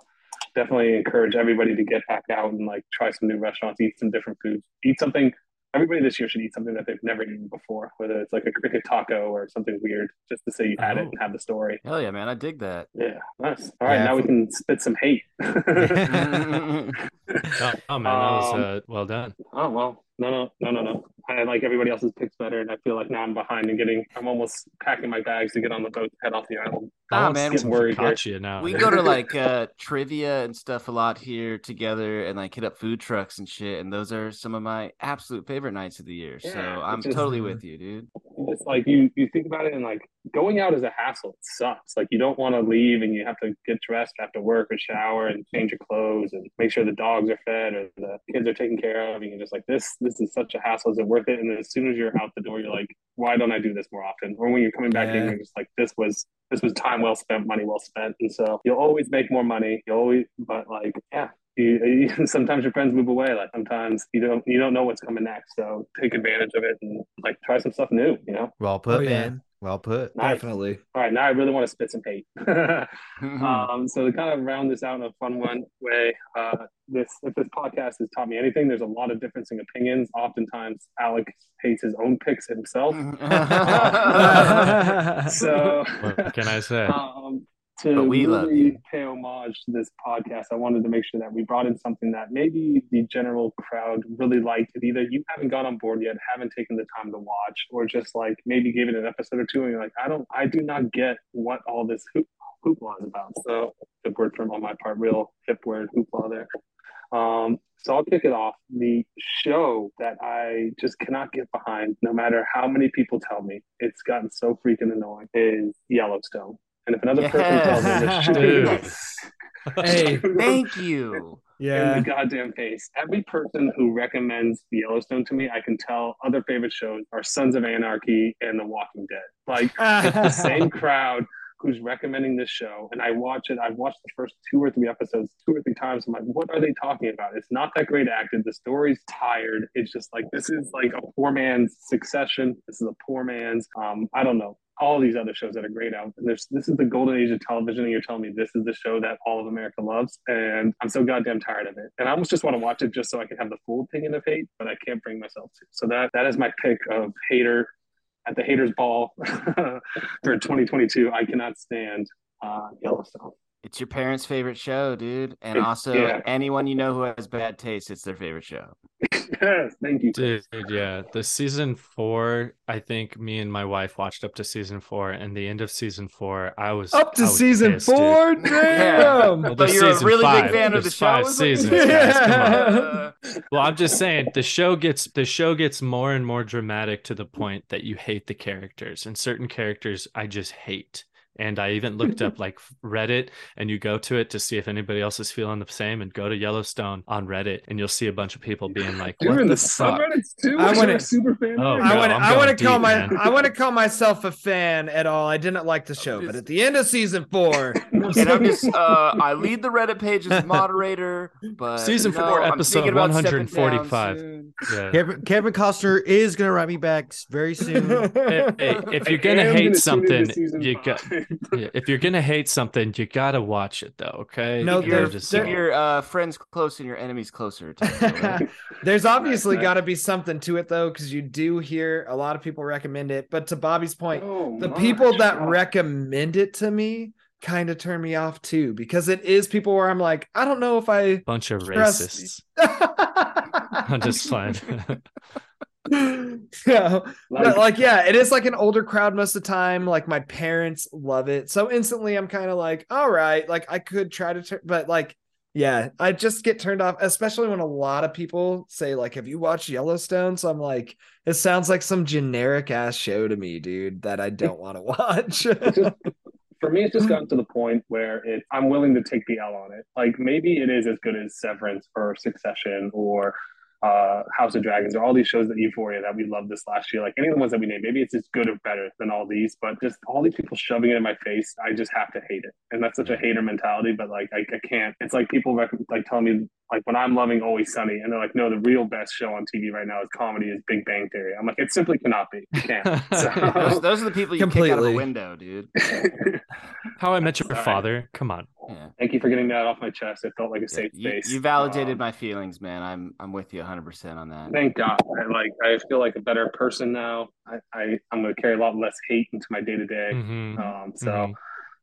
F: definitely encourage everybody to get back out and like try some new restaurants, eat some different foods, eat something. Everybody this year should eat something that they've never eaten before, whether it's like a cricket taco or something weird, just to say you had it and have the story.
C: Hell yeah, man! I dig that.
F: Yeah, nice. All right,
B: Yeah,
F: now we
B: for-
F: can spit some hate.
E: No, oh, man, that was
F: Um,
E: uh, well done.
F: oh well, no, no, no, no, no. I like everybody else's picks better, and I feel like now I'm behind and getting. I'm almost packing my bags to get on the boat, to head off the island.
E: I
C: Nah,
E: want
C: man,
E: some
F: we- worried here.
E: focaccia now.
C: we
E: dude.
C: go to like uh trivia and stuff a lot here together and like hit up food trucks and shit and those are some of my absolute favorite nights of the year so
F: Yeah,
C: i'm
F: it's just-
C: totally with you dude
F: You Just like you, you think about it, and like going out is a hassle. It sucks. Like you don't want to leave, and you have to get dressed after work or shower and change your clothes and make sure the dogs are fed or the kids are taken care of. And you're just like, this, this is such a hassle. Is it worth it? And then as soon as you're out the door, you're like, why don't I do this more often? Or when you're coming back in,
D: Yeah.
F: you're just like, this was this was time well spent, money well spent. And so you'll always make more money. You'll always, but like, yeah, you, you, sometimes your friends move away. Like sometimes you don't you don't know what's coming next. So take advantage of it and like try some stuff new. You know.
B: well put,
D: Oh, yeah.
B: man. Well put.
F: Nice.
D: Definitely.
F: All right, now I really want to spit some hate. um, so to kind of round this out in a fun one way, uh, this if this podcast has taught me anything, there's a lot of differencing opinions. Oftentimes, Alec hates his own picks himself.
C: Mm-hmm.
F: So,
E: What can I say?
F: um, to
C: But we
F: really
C: love you.
F: pay homage to this podcast, I wanted to make sure that we brought in something that maybe the general crowd really liked. It either you haven't got on board yet, haven't taken the time to watch, or just like maybe gave it an episode or two, and you're like, I don't, I do not get what all this hoop, hoopla is about. So, good word from on my part, real hip word hoopla there. Um, so I'll kick it off. The show that I just cannot get behind, no matter how many people tell me, it's gotten so freaking annoying, is Yellowstone. And if another person tells me this should
E: Dude.
D: Hey,
C: Thank you.
F: in the
D: yeah.
F: goddamn face. Every person who recommends Yellowstone to me, I can tell other favorite shows are Sons of Anarchy and The Walking Dead. Like it's the same crowd who's recommending this show and i watch it i've watched the first two or three episodes two or three times i'm like what are they talking about it's not that great acted the story's tired it's just like this is like a poor man's succession this is a poor man's um i don't know all these other shows that are great out and there's this is the golden age of television and you're telling me this is the show that all of america loves and i'm so goddamn tired of it and i almost just want to watch it just so i can have the full opinion of hate but i can't bring myself to so that that is my pick of hater at the haters ball for 2022 i cannot stand uh, yellowstone
C: It's your parents' favorite show, dude. And
F: It's-
C: also,
F: yeah.
C: anyone you know who has bad taste, it's their favorite show.
F: yes thank you
E: Dude, yeah. The season four, I think me and my wife watched up to season four, and the end of season four, I was
D: Up to
E: I was
D: season
E: pissed, dude.
D: four.
C: Yeah.
D: Damn.
E: Well,
C: But
E: there's
C: you're a
E: season
C: really
E: five.
C: big fan of the
E: There's
C: show.
E: five
C: isn't
E: seasons,
C: it?
D: guys, come on.
C: Uh,
E: Well, I'm just saying the show gets the show gets more and more dramatic to the point that you hate the characters, and certain characters I just hate. And I even looked up like Reddit, and you go to it to see if anybody else is feeling the same, and go to Yellowstone on Reddit, and you'll see a bunch of people being like,
F: Dude,
E: "What
F: and
E: the fuck?"
F: subreddits too
D: I
F: I
D: wanna-
F: want super fan
E: Oh,
F: there.
E: God.
D: I want to.
E: I'm
D: I want
E: going
D: to call
E: deep,
D: my.
E: man.
D: I want to call myself a fan at all. I didn't like the show, but at the end of season four,
C: and I'm just, uh, I lead the Reddit page as moderator, but
E: Season
C: no,
E: four,
C: I'm
E: episode
C: thinking about stepping down
E: 145.
C: soon.
E: Yeah.
B: Kevin, Kevin Costner is gonna write me back s- very soon.
E: Hey, hey, if you're gonna hate something, you got. Yeah, if you're gonna hate something, you gotta watch it though. Okay.
D: No,
E: You
C: Keep your,
E: gotta just-
C: keep your uh, friends close and your enemies closer. Type deal, right?
D: There's obviously
F: Right,
D: got
F: right.
D: to be something to it though, because you do hear a lot of people recommend it. But to Bobby's
E: Oh,
D: point,
F: Oh
D: the people that recommend it to me kind of turn me off too, because it is people where I'm like, I don't know if I.
E: bunch of racists.
D: Trust-
E: I'm just playing.
D: so,
F: like,
D: but, like yeah, it is like an older crowd most of the time. Like my parents love it, so instantly I'm kind of like, all right, like I could try to, turn, but like yeah, I just get turned off, especially when a lot of people say like, "Have you watched Yellowstone?" So I'm like, it sounds like some generic ass show to me, dude, that I don't want to watch.
F: it's just, for me, it's just gotten to the point where it, I'm willing to take the L on it. Like maybe it is as good as Severance or Succession or uh, House of Dragons or all these shows that Euphoria that we loved this last year. Like any of the ones that we named, maybe it's as good or better than all these. But just all these people shoving it in my face, I just have to hate it, and that's such a hater mentality. But like I, I can't. It's like people rec- like telling me like when I'm loving Always Sunny, and they're like, no, the real best show on TV right now is comedy is Big Bang Theory. I'm like, it simply cannot be. It can't.
C: those,
F: So-
C: those are the people you kick out of a
D: Completely.
C: window, dude.
E: How I Met Your
F: Sorry.
E: Father. Come on.
C: Yeah.
F: Thank you for getting that off my chest. It felt like a
C: Yeah,
F: safe
C: you,
F: space.
C: you validated
F: Um,
C: my feelings, man. I'm I'm with you 100 percent on that.
F: Thank God. I, like I feel like a better person now. I, I I'm going to carry a lot less hate into my day to
C: Mm-hmm.
F: day.
E: Mhm,
F: Um, so.
E: mhm.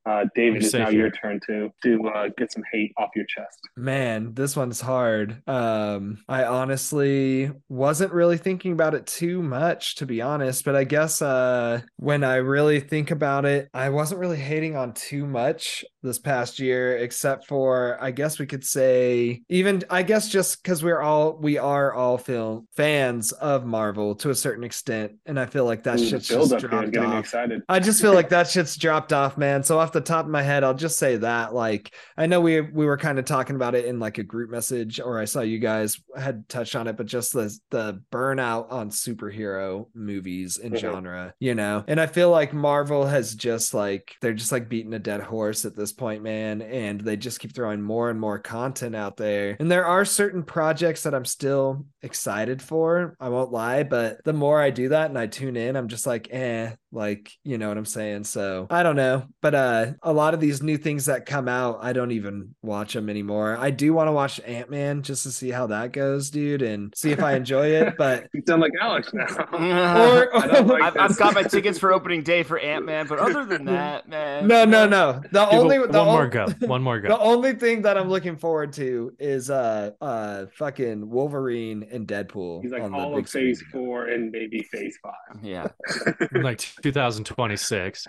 F: Uh, David,
E: You're
F: it's now
E: safe here.
F: your turn to to uh, get some hate off your chest.
D: Man, this one's hard. Um, I honestly wasn't really thinking about it too much, to be honest. But I guess uh, when I really think about it, I wasn't really hating on too much this past year, except for I guess we could say even I guess just because we're all we are all feel fans of Marvel to a certain extent, and I feel like that
F: Ooh, the
D: shit's
F: build
D: just
F: up here is
D: dropped
F: getting me
D: off.
F: excited.
D: I just feel like that shit's dropped off, man. So off the top of my head, I'll just say that. Like, I know we we were kind of talking about it in like a group message, or I saw you guys had touched on it, but just the the burnout on superhero movies and
F: Mhm.
D: genre, you know. And I feel like Marvel has just like they're just like beating a dead horse at this point, man. And they just keep throwing more and more content out there. And there are certain projects that I'm still excited for. I won't lie, but the more I do that and I tune in, I'm just like, eh, Like, you know what I'm saying? So I don't know. But uh a lot of these new things that come out, I don't even watch them anymore. I do want to watch Ant-Man just to see how that goes, dude, and see if I enjoy it. But
F: You sound like Alex now.
D: or,
F: I don't like
C: Mm-hmm. I've, I've
F: this.
C: got my tickets for opening day for Ant Man, but other than that, man.
D: no, no, no. The
E: Give it
D: only
E: one
D: the
E: more
D: on-
E: go. One more
D: The
E: go.
D: only thing that I'm looking forward to is uh uh fucking Wolverine and Deadpool.
F: He's like
D: on the
F: all
D: big
F: of phase
D: screen.
F: four and maybe phase five.
C: Yeah,
E: like 2026.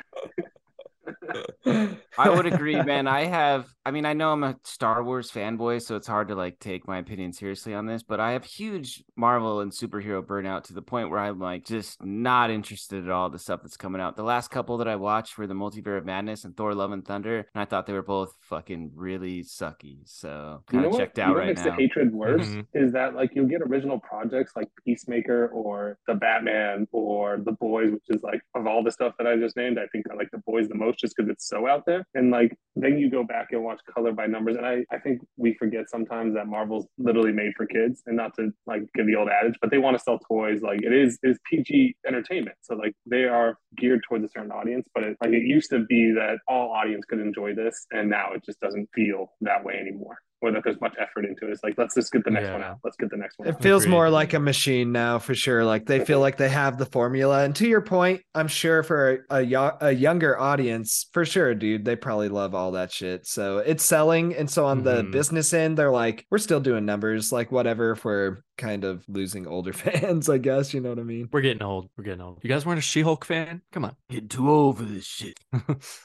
C: I would agree, man. I have, I mean, I know I'm a Star Wars fanboy, so it's hard to like take my opinion seriously on this, but I have huge Marvel and superhero burnout to the point where I'm like just not interested at all the stuff that's coming out. The last couple that I watched were the Multiverse of Madness and Thor: Love and Thunder, and I thought they were both fucking really sucky. So
F: You
C: kind
F: know
C: of
F: what?
C: checked
F: you
C: out
F: know what
C: right
F: makes
C: now. Mm-hmm.
F: the hatred worse
E: Mhm.
F: is that like you'll get original projects like Peacemaker or The Batman or The Boys, which is like of all the stuff that I just named, I think I like The Boys the most just because it's so out there. And like then you go back and watch color by numbers, and I I think we forget sometimes that Marvel's literally made for kids, and not to like give the old adage, but they want to sell toys. Like it is it is PG entertainment, so like they are geared towards a certain audience. But it, like it used to be that all audience could enjoy this, and now it just doesn't feel that way anymore. Or that there's much effort into it. It's like let's just get the next one
E: Yeah.
F: out. Let's get the next one.
D: It
F: Out.
D: feels
E: Agreed.
D: more like a machine now for sure. Like they feel like they have the formula. And to your point, I'm sure for a, a, yo- a younger audience, for sure, dude, they probably love all that shit. So it's selling. And so on the
E: Mhm.
D: business end, they're like, we're still doing numbers, like whatever if we're kind of losing older fans, I guess. You know what I mean?
E: We're getting old. We're getting old. You guys weren't a She Hulk fan? Come on.
C: Getting too old for this shit.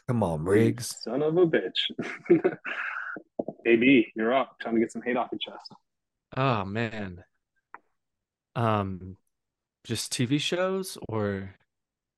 D: Come on,
F: You
D: Riggs.
F: son of a bitch. AB, you're up. Trying to get some hate off your chest.
E: Oh man. Um, just TV shows or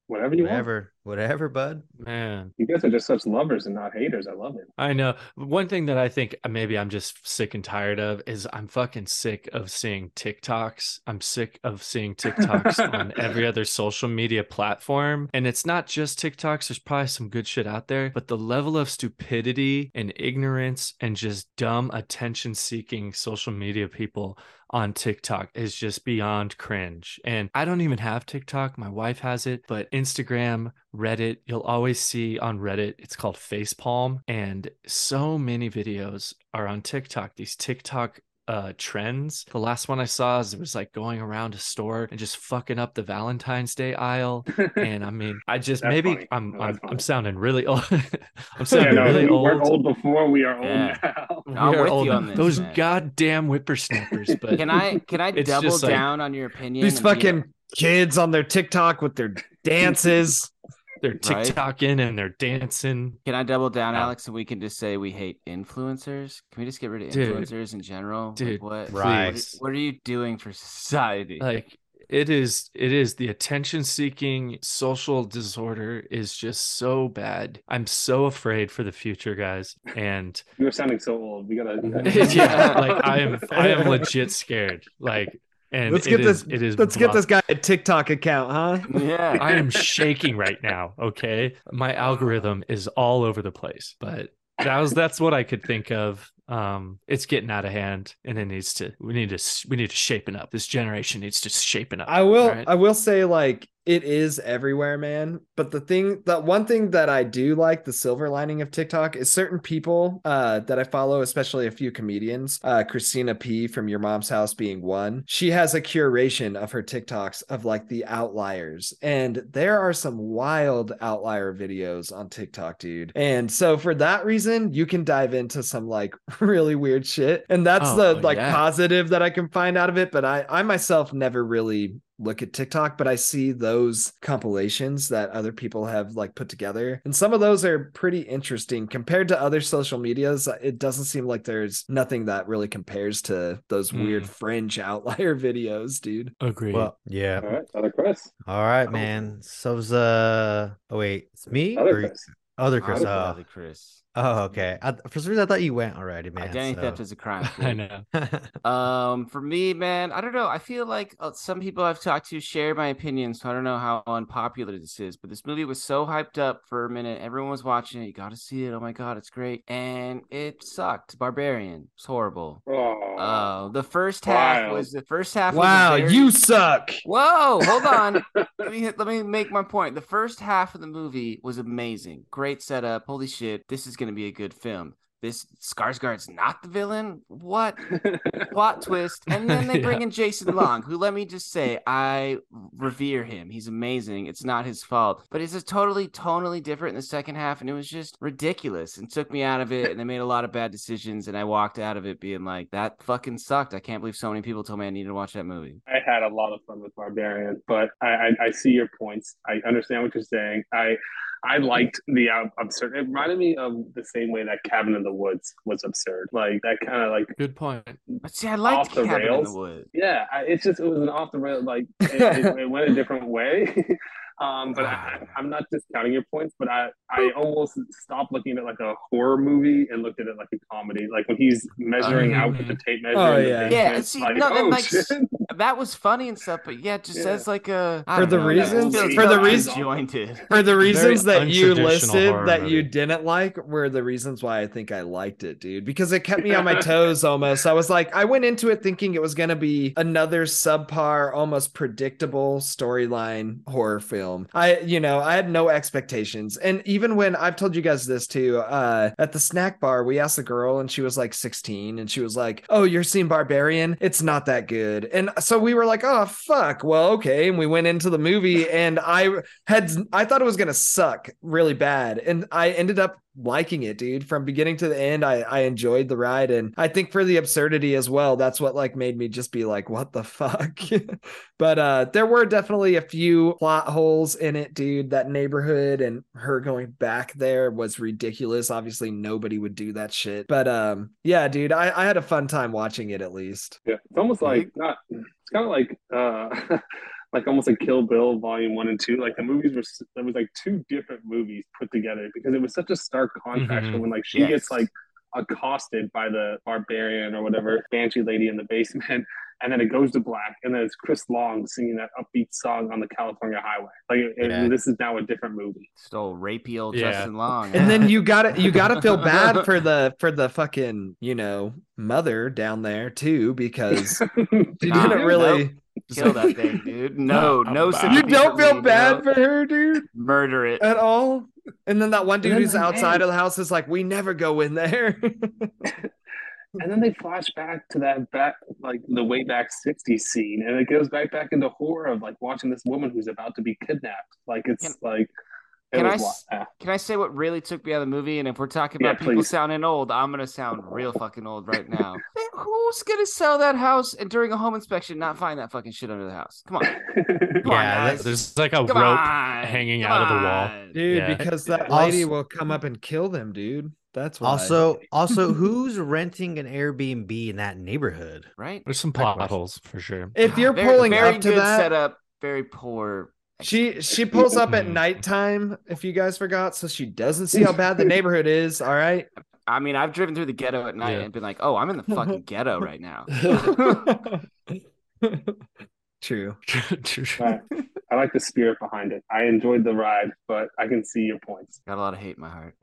F: Whatever you want.
B: Whatever, whatever, bud.
E: man.
F: You guys are just such lovers and not haters. I love it.
E: I know. One thing that I think uh, maybe I'm just sick and tired of is I'm fucking sick of seeing TikToks. I'm sick of seeing TikToks on every other social media platform. And it's not just TikToks, there's probably some good shit out there, but the level of stupidity and ignorance and just dumb attention seeking social media people on TikTok is just beyond cringe. And I don't even have TikTok. My wife has it, but Instagram, Reddit, you'll always see on Reddit, it's called Facepalm. And so many videos are on TikTok, these TikTok uh trends. The last one I saw is it was like going around a store and just fucking up the Valentine's Day aisle. And I mean, I just
F: That's
E: maybe
F: funny.
E: I'm
F: No, that's
E: I'm, I'm
F: funny.
E: sounding really old. I'm
F: Yeah,
E: sounding
F: no,
E: really
F: we were
E: old.
F: old before. We are old
C: Yeah.
F: now.
E: We
C: I'm
E: are
C: with
E: old
C: you
E: now.
C: on this,
E: Those
C: man.
E: goddamn whippersnappers. But
C: Can I can I
E: It's
C: double
E: just like-
C: down on your opinion?
D: These
C: and be like-
D: fucking kids on their TikTok with their dances.
E: they're
C: Right.
E: TikToking and they're dancing.
C: Can I double down,
E: No.
C: Alex, and we can just say we hate influencers? Can we just get rid of
E: Dude.
C: influencers in general? Like,
E: Dude,
C: what?
E: please.
C: What are- What are you doing for society?
E: Like it is it is the attention seeking social disorder is just so bad. I'm so afraid for the future, guys. And
F: You were sounding so old. We gotta.
E: yeah, like I am I am legit scared. Like and
D: Let's
E: it
D: get
E: is-
D: this-
E: it is
D: Let's get this
E: rough.
D: guy a TikTok account, huh?
C: yeah.
E: I am shaking right now, okay? My algorithm is all over the place, but that was that's what I could think of. Um it's getting out of hand and it needs to we need to s- we need to shapen up. This generation needs to shapen up.
D: I will
E: alright?
D: I will say like it is everywhere, man. But the thing that one thing that I do like, the silver lining of TikTok is certain people uh that I follow, especially a few comedians, uh Christina P from Your Mom's House being one. She has a curation of her TikToks of like the outliers. And there are some wild outlier videos on TikTok, dude. And so for that reason, you can dive into some like really weird shit. And that's
E: Oh,
D: the like
E: yeah.
D: positive that I can find out of it. But I, I myself never really look at TikTok, but I see those compilations that other people have like put together. And some of those are pretty interesting compared to other social medias. It doesn't seem like there's nothing that really compares to those
E: Mm.
D: weird fringe outlier videos, dude.
E: Agreed.
B: Well, yeah.
F: All right, other Chris.
B: All right,
C: Cool.
B: man. So's uh, oh wait, it's me
F: Other
B: or
F: Chris.
B: other Chris?
C: I'm
B: Oh,
C: Bradley Chris.
B: Oh, okay. I, for some reason, I thought you went already, man.
C: Identity
B: so-
C: theft is a crime.
E: I
C: dude.
E: know.
C: Um, for me, man, I don't know. I feel like uh, some people I've talked to share my opinion, so I don't know how unpopular this is. But this movie was so hyped up for a minute. Everyone was watching it. You got to see it. Oh my god, it's great. And it sucked. Barbarian. It's horrible.
F: Oh,
C: Uh, the first half
F: Wild.
C: was the first half. was a
D: Wow,
C: very-
D: you suck.
C: Whoa, hold on. let me let me make my point. The first half of the movie was amazing. Great setup. Holy shit, this is gonna be a good film. This Skarsgård's not the villain. What?
E: Uh,
C: plot twist and then they bring in jason long who let me just say i revere him he's amazing it's not his fault but it's a totally tonally different in the second half and it was just ridiculous and took me out of it and they made a lot of bad decisions and i walked out of it being like that fucking sucked i can't believe so many people told me i needed to watch that movie
F: I had a lot of fun with Barbarian, but I, I, I see your points. I understand what you're saying. I I liked the ab- absurd. It reminded me of the same way that Cabin in the Woods was absurd. Like that kind of like
E: Good point.
C: but see i liked
F: Off the
C: cabin in
F: rails.
C: the woods
F: yeah. I, it's just it was an off the rail. Like it, it, it went a different way. Um, but
D: Ah.
F: I, I'm not discounting your points, but I, I almost stopped looking at it like a horror movie and looked at it like a comedy. Like when he's measuring out with the tape measure.
D: Oh,
F: in the
D: yeah.
F: basement,
C: Yeah, see,
F: like,
C: no, and,
F: oh,
C: like,
F: shit.
C: that was funny and stuff but yeah just
F: Yeah.
C: as like a I
D: For
C: don't
D: the
C: know, that
D: reasons-
C: feels
D: for the
C: very
D: reason-
C: disjointed.
D: For the reasons that you
E: untraditional
D: listed
E: horror
D: that you
E: movie.
D: didn't like were the reasons why I think I liked it, dude, because it kept me on my toes almost. I was like, I went into it thinking it was going to be another subpar, almost predictable storyline horror film. I, you know, I had no expectations. And even when I've told you guys this too, uh, at the snack bar, we asked the girl and she was like 16 and she was like, Oh, you're seeing Barbarian? It's not that good. And so we were like, Oh, fuck. Well, okay. And we went into the movie and I, had I thought it was gonna suck really bad, and I ended up liking it, dude. From beginning to the end, I I enjoyed the ride, and I think for the absurdity as well, that's what like made me just be like, what the fuck. but uh, there were definitely a few plot holes in it, dude. That neighborhood and her going back there was ridiculous. Obviously, nobody would do that shit. But um, yeah, dude, I I had a fun time watching it at least.
F: Yeah, it's almost like not. It's kind of like uh, like almost like Kill Bill Volume One and Two. Like the movies were s- it was like two different movies put together because it was such a stark contrast
E: Mhm.
F: for when like she
C: Mm-hmm. Yes.
F: gets like accosted by the barbarian or whatever banshee lady in the basement. And then it goes to black, and then it's Chris Long singing that upbeat song on the California Highway. Like it- it-
C: Yeah.
F: this is now a different movie.
C: Stole rapey old
E: Yeah.
C: Justin Long.
D: and then you got to you got to feel bad for the for the fucking you know mother down there too because she
C: Nah,
D: didn't really
C: nope. kill that thing, dude. No,
E: Nah,
C: no
E: bye.
C: sympathy.
D: you don't
C: for
D: feel
C: me,
D: bad
C: no.
D: for her dude
C: murder it.
D: at all and then that one dude
F: then
D: who's
F: like,
D: outside
F: hey.
D: of the house is like we never go in there
F: and then they flash back to that back like the way back 60s scene and it goes right back into horror of like watching this woman who's about to be kidnapped like it's
C: Can-
F: like it
C: can I
F: was
C: s-
F: wild.
C: Can I say what really took me out of the movie? And if we're talking
F: Yeah,
C: about people
F: please.
C: sounding old, I'm gonna sound real fucking old right now. Man, Who's gonna sell that house and during a home inspection not find that fucking shit under the house? Come on, come on,
B: Yeah, that-
C: guys.
E: There's like a
C: Come
E: rope
C: on,
E: hanging
C: come
E: out of the wall.
C: on.
D: dude
E: Yeah.
D: because that
B: Also-
D: lady will come up and kill them dude that's why.
B: Also, also, who's renting an Airbnb in that neighborhood?
C: Right?
E: There's some plot holes for sure.
D: if you're
C: Very,
D: pulling
C: very
D: up to
C: good
D: that
C: setup. Very poor.
D: She she pulls up at
B: Hmm.
E: Mhm.
D: nighttime, if you guys forgot, so she doesn't see how bad the neighborhood is. All right.
C: I mean, I've driven through the ghetto at night
E: Yeah.
C: and been like, "Oh, I'm in the fucking ghetto right now."
D: True.
F: Right. i like the spirit behind it i enjoyed the ride but i can see your points
C: Got a lot of hate in my heart.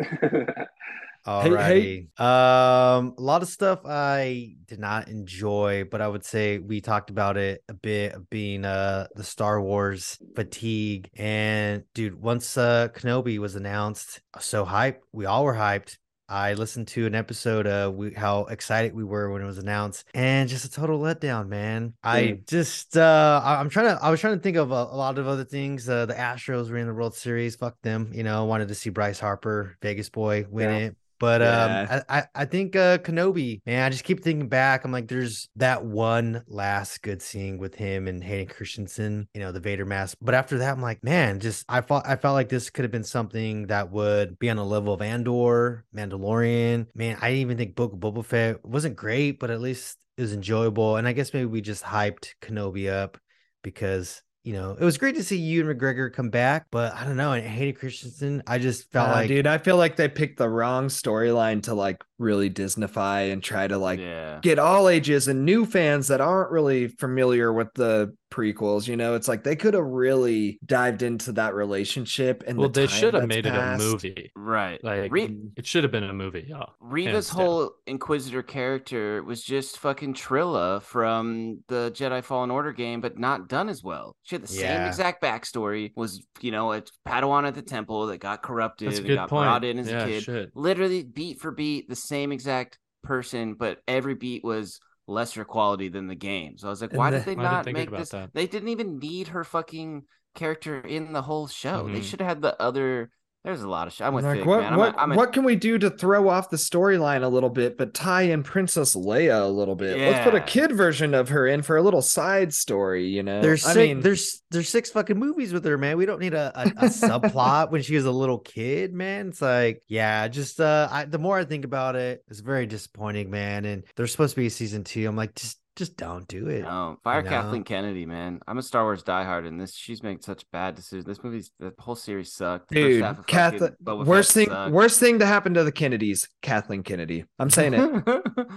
B: All
D: Hey,
B: right.
D: hey.
B: Um, a lot of stuff I did not enjoy, but I would say we talked about it a bit of being uh the Star Wars fatigue. And dude, once uh Kenobi was announced, I was so hyped, we all were hyped. I listened to an episode of we, how excited we were when it was announced, and just a total letdown, man. I just uh I, am trying to I was trying to think of a, a lot of other things. Uh, the Astros were in the World Series, fuck them. You know, I wanted to see Bryce Harper, Vegas boy, win
F: Yeah.
B: it. But
D: Yeah.
B: um, I, I I think uh, Kenobi, man, I just keep thinking back. I'm like, there's that one last good scene with him and Hayden Christensen, you know, the Vader mask. But after that, I'm like, man, just I felt I felt like this could have been something that would be on the level of Andor, Mandalorian. Man, I didn't even think Book of Boba Fett wasn't great, but at least it was enjoyable. And I guess maybe we just hyped Kenobi up because you know, it was great to see you and McGregor come back, but I don't know. And Hayden Christensen, I just felt
D: Uh,
B: like
D: dude, I feel like they picked the wrong storyline to like really Disneyfy and try to like
C: yeah.
D: get all ages and new fans that aren't really familiar with the prequels. You know, it's like they could have really dived into that relationship. And
E: well,
D: the
E: they
D: time
E: should have
D: that's
E: made
D: passed.
E: it a movie.
C: Right.
E: Like
C: Re-
E: it should have been a movie, y'all.
C: Riva's
E: Hands down.
C: whole Inquisitor character was just fucking Trilla from the Jedi Fallen Order game, but not done as well. She had the same
B: Yeah.
C: exact backstory. Was you know a Padawan at the temple that got corrupted,
E: That's a
C: and
E: good
C: got
E: point.
C: brought in as
E: yeah,
C: a kid.
E: shit.
C: Literally beat for beat, the same exact person, but every beat was lesser quality than the game. So I was like,
D: And
C: why
D: the-
C: did they
E: I didn't
C: not
E: think
C: make
E: about
C: this?
E: that.
C: They didn't even need her fucking character in the whole show. They
E: Mhm.
C: should have had the other. There's a lot of shit. I'm with
D: Like,
C: Vic,
D: what
C: man. I'm
D: what,
C: a, I'm a
D: what can we do to throw off the storyline a little bit, but tie in Princess Leia a little bit? Let's put a
C: Yeah.
D: kid version of her in for a little side story. You know,
B: there's
D: Uh, I
B: six,
D: mean,
B: there's there's six fucking movies with her, man. We don't need a, a, a subplot when she was a little kid, man. It's like, yeah, just uh, I, the more I think about it, it's very disappointing, man. And there's supposed to be a season two. I'm like, just just don't do it.
C: No, Um, fire
B: know?
C: Kathleen Kennedy, man. I'm a Star Wars diehard, and this she's making such bad decisions. This movie's the whole series sucked. The first
D: dude,
C: half of fucking
D: Kathleen.
C: Boba Fett
D: Worst thing,
C: sucked.
D: worst thing to happen to the Kennedys, Kathleen Kennedy. I'm saying it.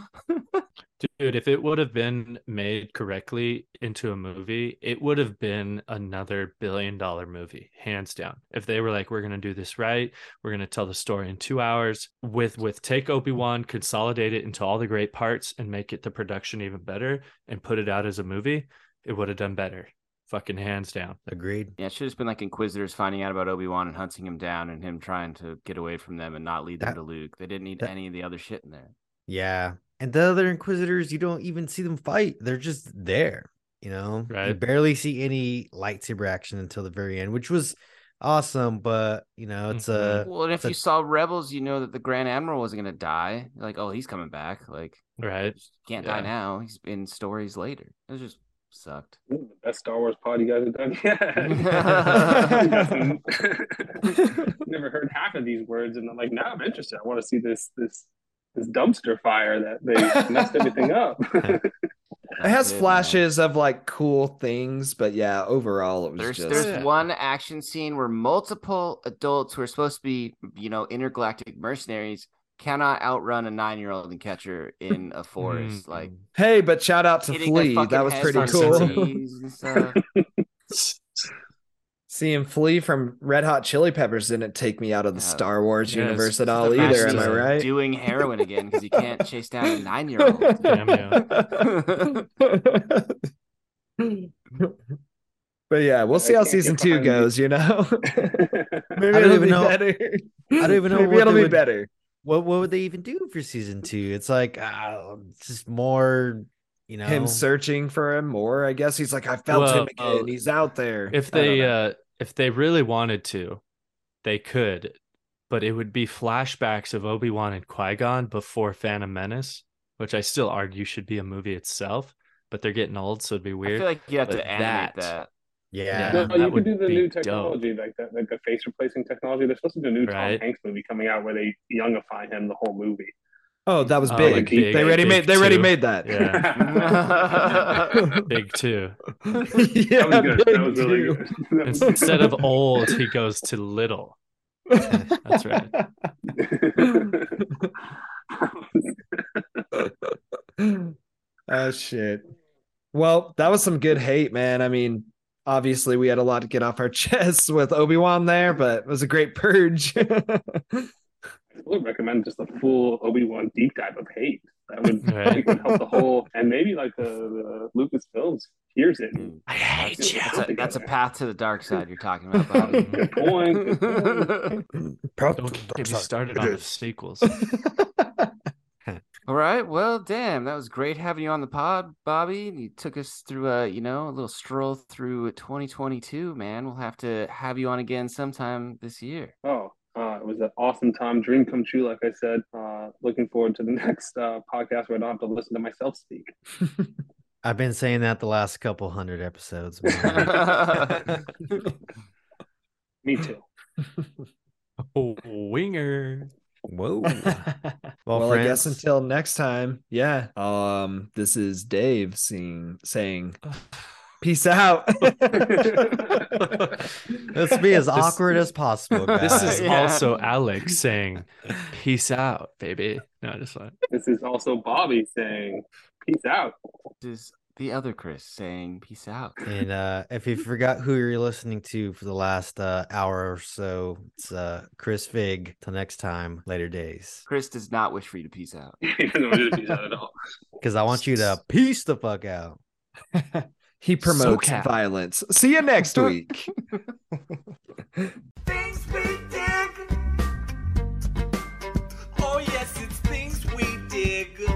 E: Dude, if it would have been made correctly into a movie, it would have been another billion dollar movie, hands down. If they were like, we're gonna do this right, we're gonna tell the story in two hours with with take Obi Wan, consolidate it into all the great parts, and make it the production even better, and put it out as a movie, it would have done better, fucking hands down.
B: Agreed.
C: yeah, it should have been like Inquisitors finding out about Obi Wan and hunting him down, and him trying to get away from them and not lead them
B: That-
C: to Luke. They didn't need
B: that-
C: any of the other shit in there.
B: Yeah, and the other Inquisitors, you don't even see them fight. They're just there. You know, you
E: Right.
B: barely see any lightsaber action until the very end, which was awesome. But you know, it's
E: Mhm.
B: a
D: Mm-hmm.
C: Well, and if
B: so-
C: you saw Rebels, you know that the Grand Admiral wasn't gonna die. You're like, oh, he's coming back. Like,
E: Right.
C: he can't die
E: Yeah.
C: now. He's in stories later. It was just sucked.
F: This is the best Star Wars pod you guys have done yet. Never heard half of these words, and I'm like, now I'm interested. I want to see this this this dumpster fire that they messed everything up.
D: it has
C: That's man.
D: flashes of like cool things, but yeah, overall it was
C: There's
D: just
C: there's
E: Yeah.
C: one action scene where multiple adults who are supposed to be, you know, intergalactic mercenaries cannot outrun a nine year old and catch her in a forest.
E: Hmm.
C: Like
D: hey, but shout out to
C: hitting their
D: Flea.
C: fucking
D: That was
C: heads
D: pretty
C: on
D: cool.
C: trees and stuff.
D: Seeing Flea from Red Hot Chili Peppers didn't take me out of the
C: Yeah.
D: Star Wars
E: Yeah, it's
D: universe at
E: the
D: all either. Am I
E: fastest
D: right?
C: Doing heroin again because he can't chase down a nine year old.
D: but yeah, we'll see
F: I
D: how
F: can't
D: season
F: get
D: two
F: behind you.
D: goes. You know, maybe
B: I don't
D: it'll
B: even
D: be
B: know-
D: better.
B: I don't even know
D: Maybe
B: what
D: it'll
B: they
D: be
B: would-
D: better.
B: what what would they even do for season two? It's like uh, it's just more, you know,
D: Him searching for him more. I guess he's like, I felt him
E: Well, oh,
D: again. He's out there.
E: if
D: I don't
E: they
D: know.
E: uh if they really wanted to they could but it would be flashbacks of obi-wan and qui-gon before phantom menace which i still argue should be a movie itself but they're getting old so it'd
C: I
E: be weird
C: feel like you have
E: But
C: to animate that.
E: that-
B: yeah.
E: Yeah.
F: no, you
E: would
F: could do the
E: be
F: new
E: dope.
F: technology, like that, like the face replacing technology. They're supposed to do a new
E: Right.
F: Tom Hanks movie coming out where they youngify him the whole movie.
D: oh, that was
E: Oh,
D: big.
E: like
D: they
E: Big-
D: already
E: Big
D: made. They already
E: Two.
D: made that.
E: yeah big two
D: yeah,
F: that was good.
D: Big
F: That was really
D: Two.
F: good. That was-
E: instead of old he goes to little that's right
D: oh shit. Well, that was some good hate, man. I mean, obviously we had a lot to get off our chests with Obi-Wan there, but it was a great purge.
F: I would recommend just a full Obi Wan deep dive of hate. That would, I
E: Right.
F: think would help the whole, and maybe like uh, the, the Lucas films hears it. and-
E: i hate
F: you.
C: That's a, that's a path to the dark side you're talking about. Bobby.
F: Good point. Good point.
E: don't get me started on the sequels
C: All right. Well, damn, that was great having you on the pod, Bobby. You took us through a, you know, a little stroll through 2022, man. We'll have to have you on again sometime this year.
F: Oh, uh, it was an awesome time, dream come true. Like I said, uh, looking forward to the next uh, podcast where I don't have to listen to myself speak.
B: I've been saying that the last couple hundred episodes. man.
F: Me too.
E: oh, winger
B: Whoa.
D: well,
B: Well,
D: I guess
B: friends.
D: until next time. Yeah. Um, this is Dave seeing saying Peace out.
B: Let's be as
E: This-
B: awkward as possible. Guys.
E: This is
C: Yeah.
E: also Alex saying, "Peace out, baby." No, I just like
F: This is also Bobby saying, "Peace out."
C: This is the other Chris saying peace out.
B: And uh, if you forgot who you're listening to for the last uh, hour or so, it's uh, Chris Fig. Till next time, later days.
C: Chris does not wish for you to peace out.
F: he doesn't want you to peace out at all.
B: Because I want you to peace the fuck out.
D: he promotes
E: SoCal.
D: violence. See you next week.
A: Things we dig. Oh, yes, it's things we dig.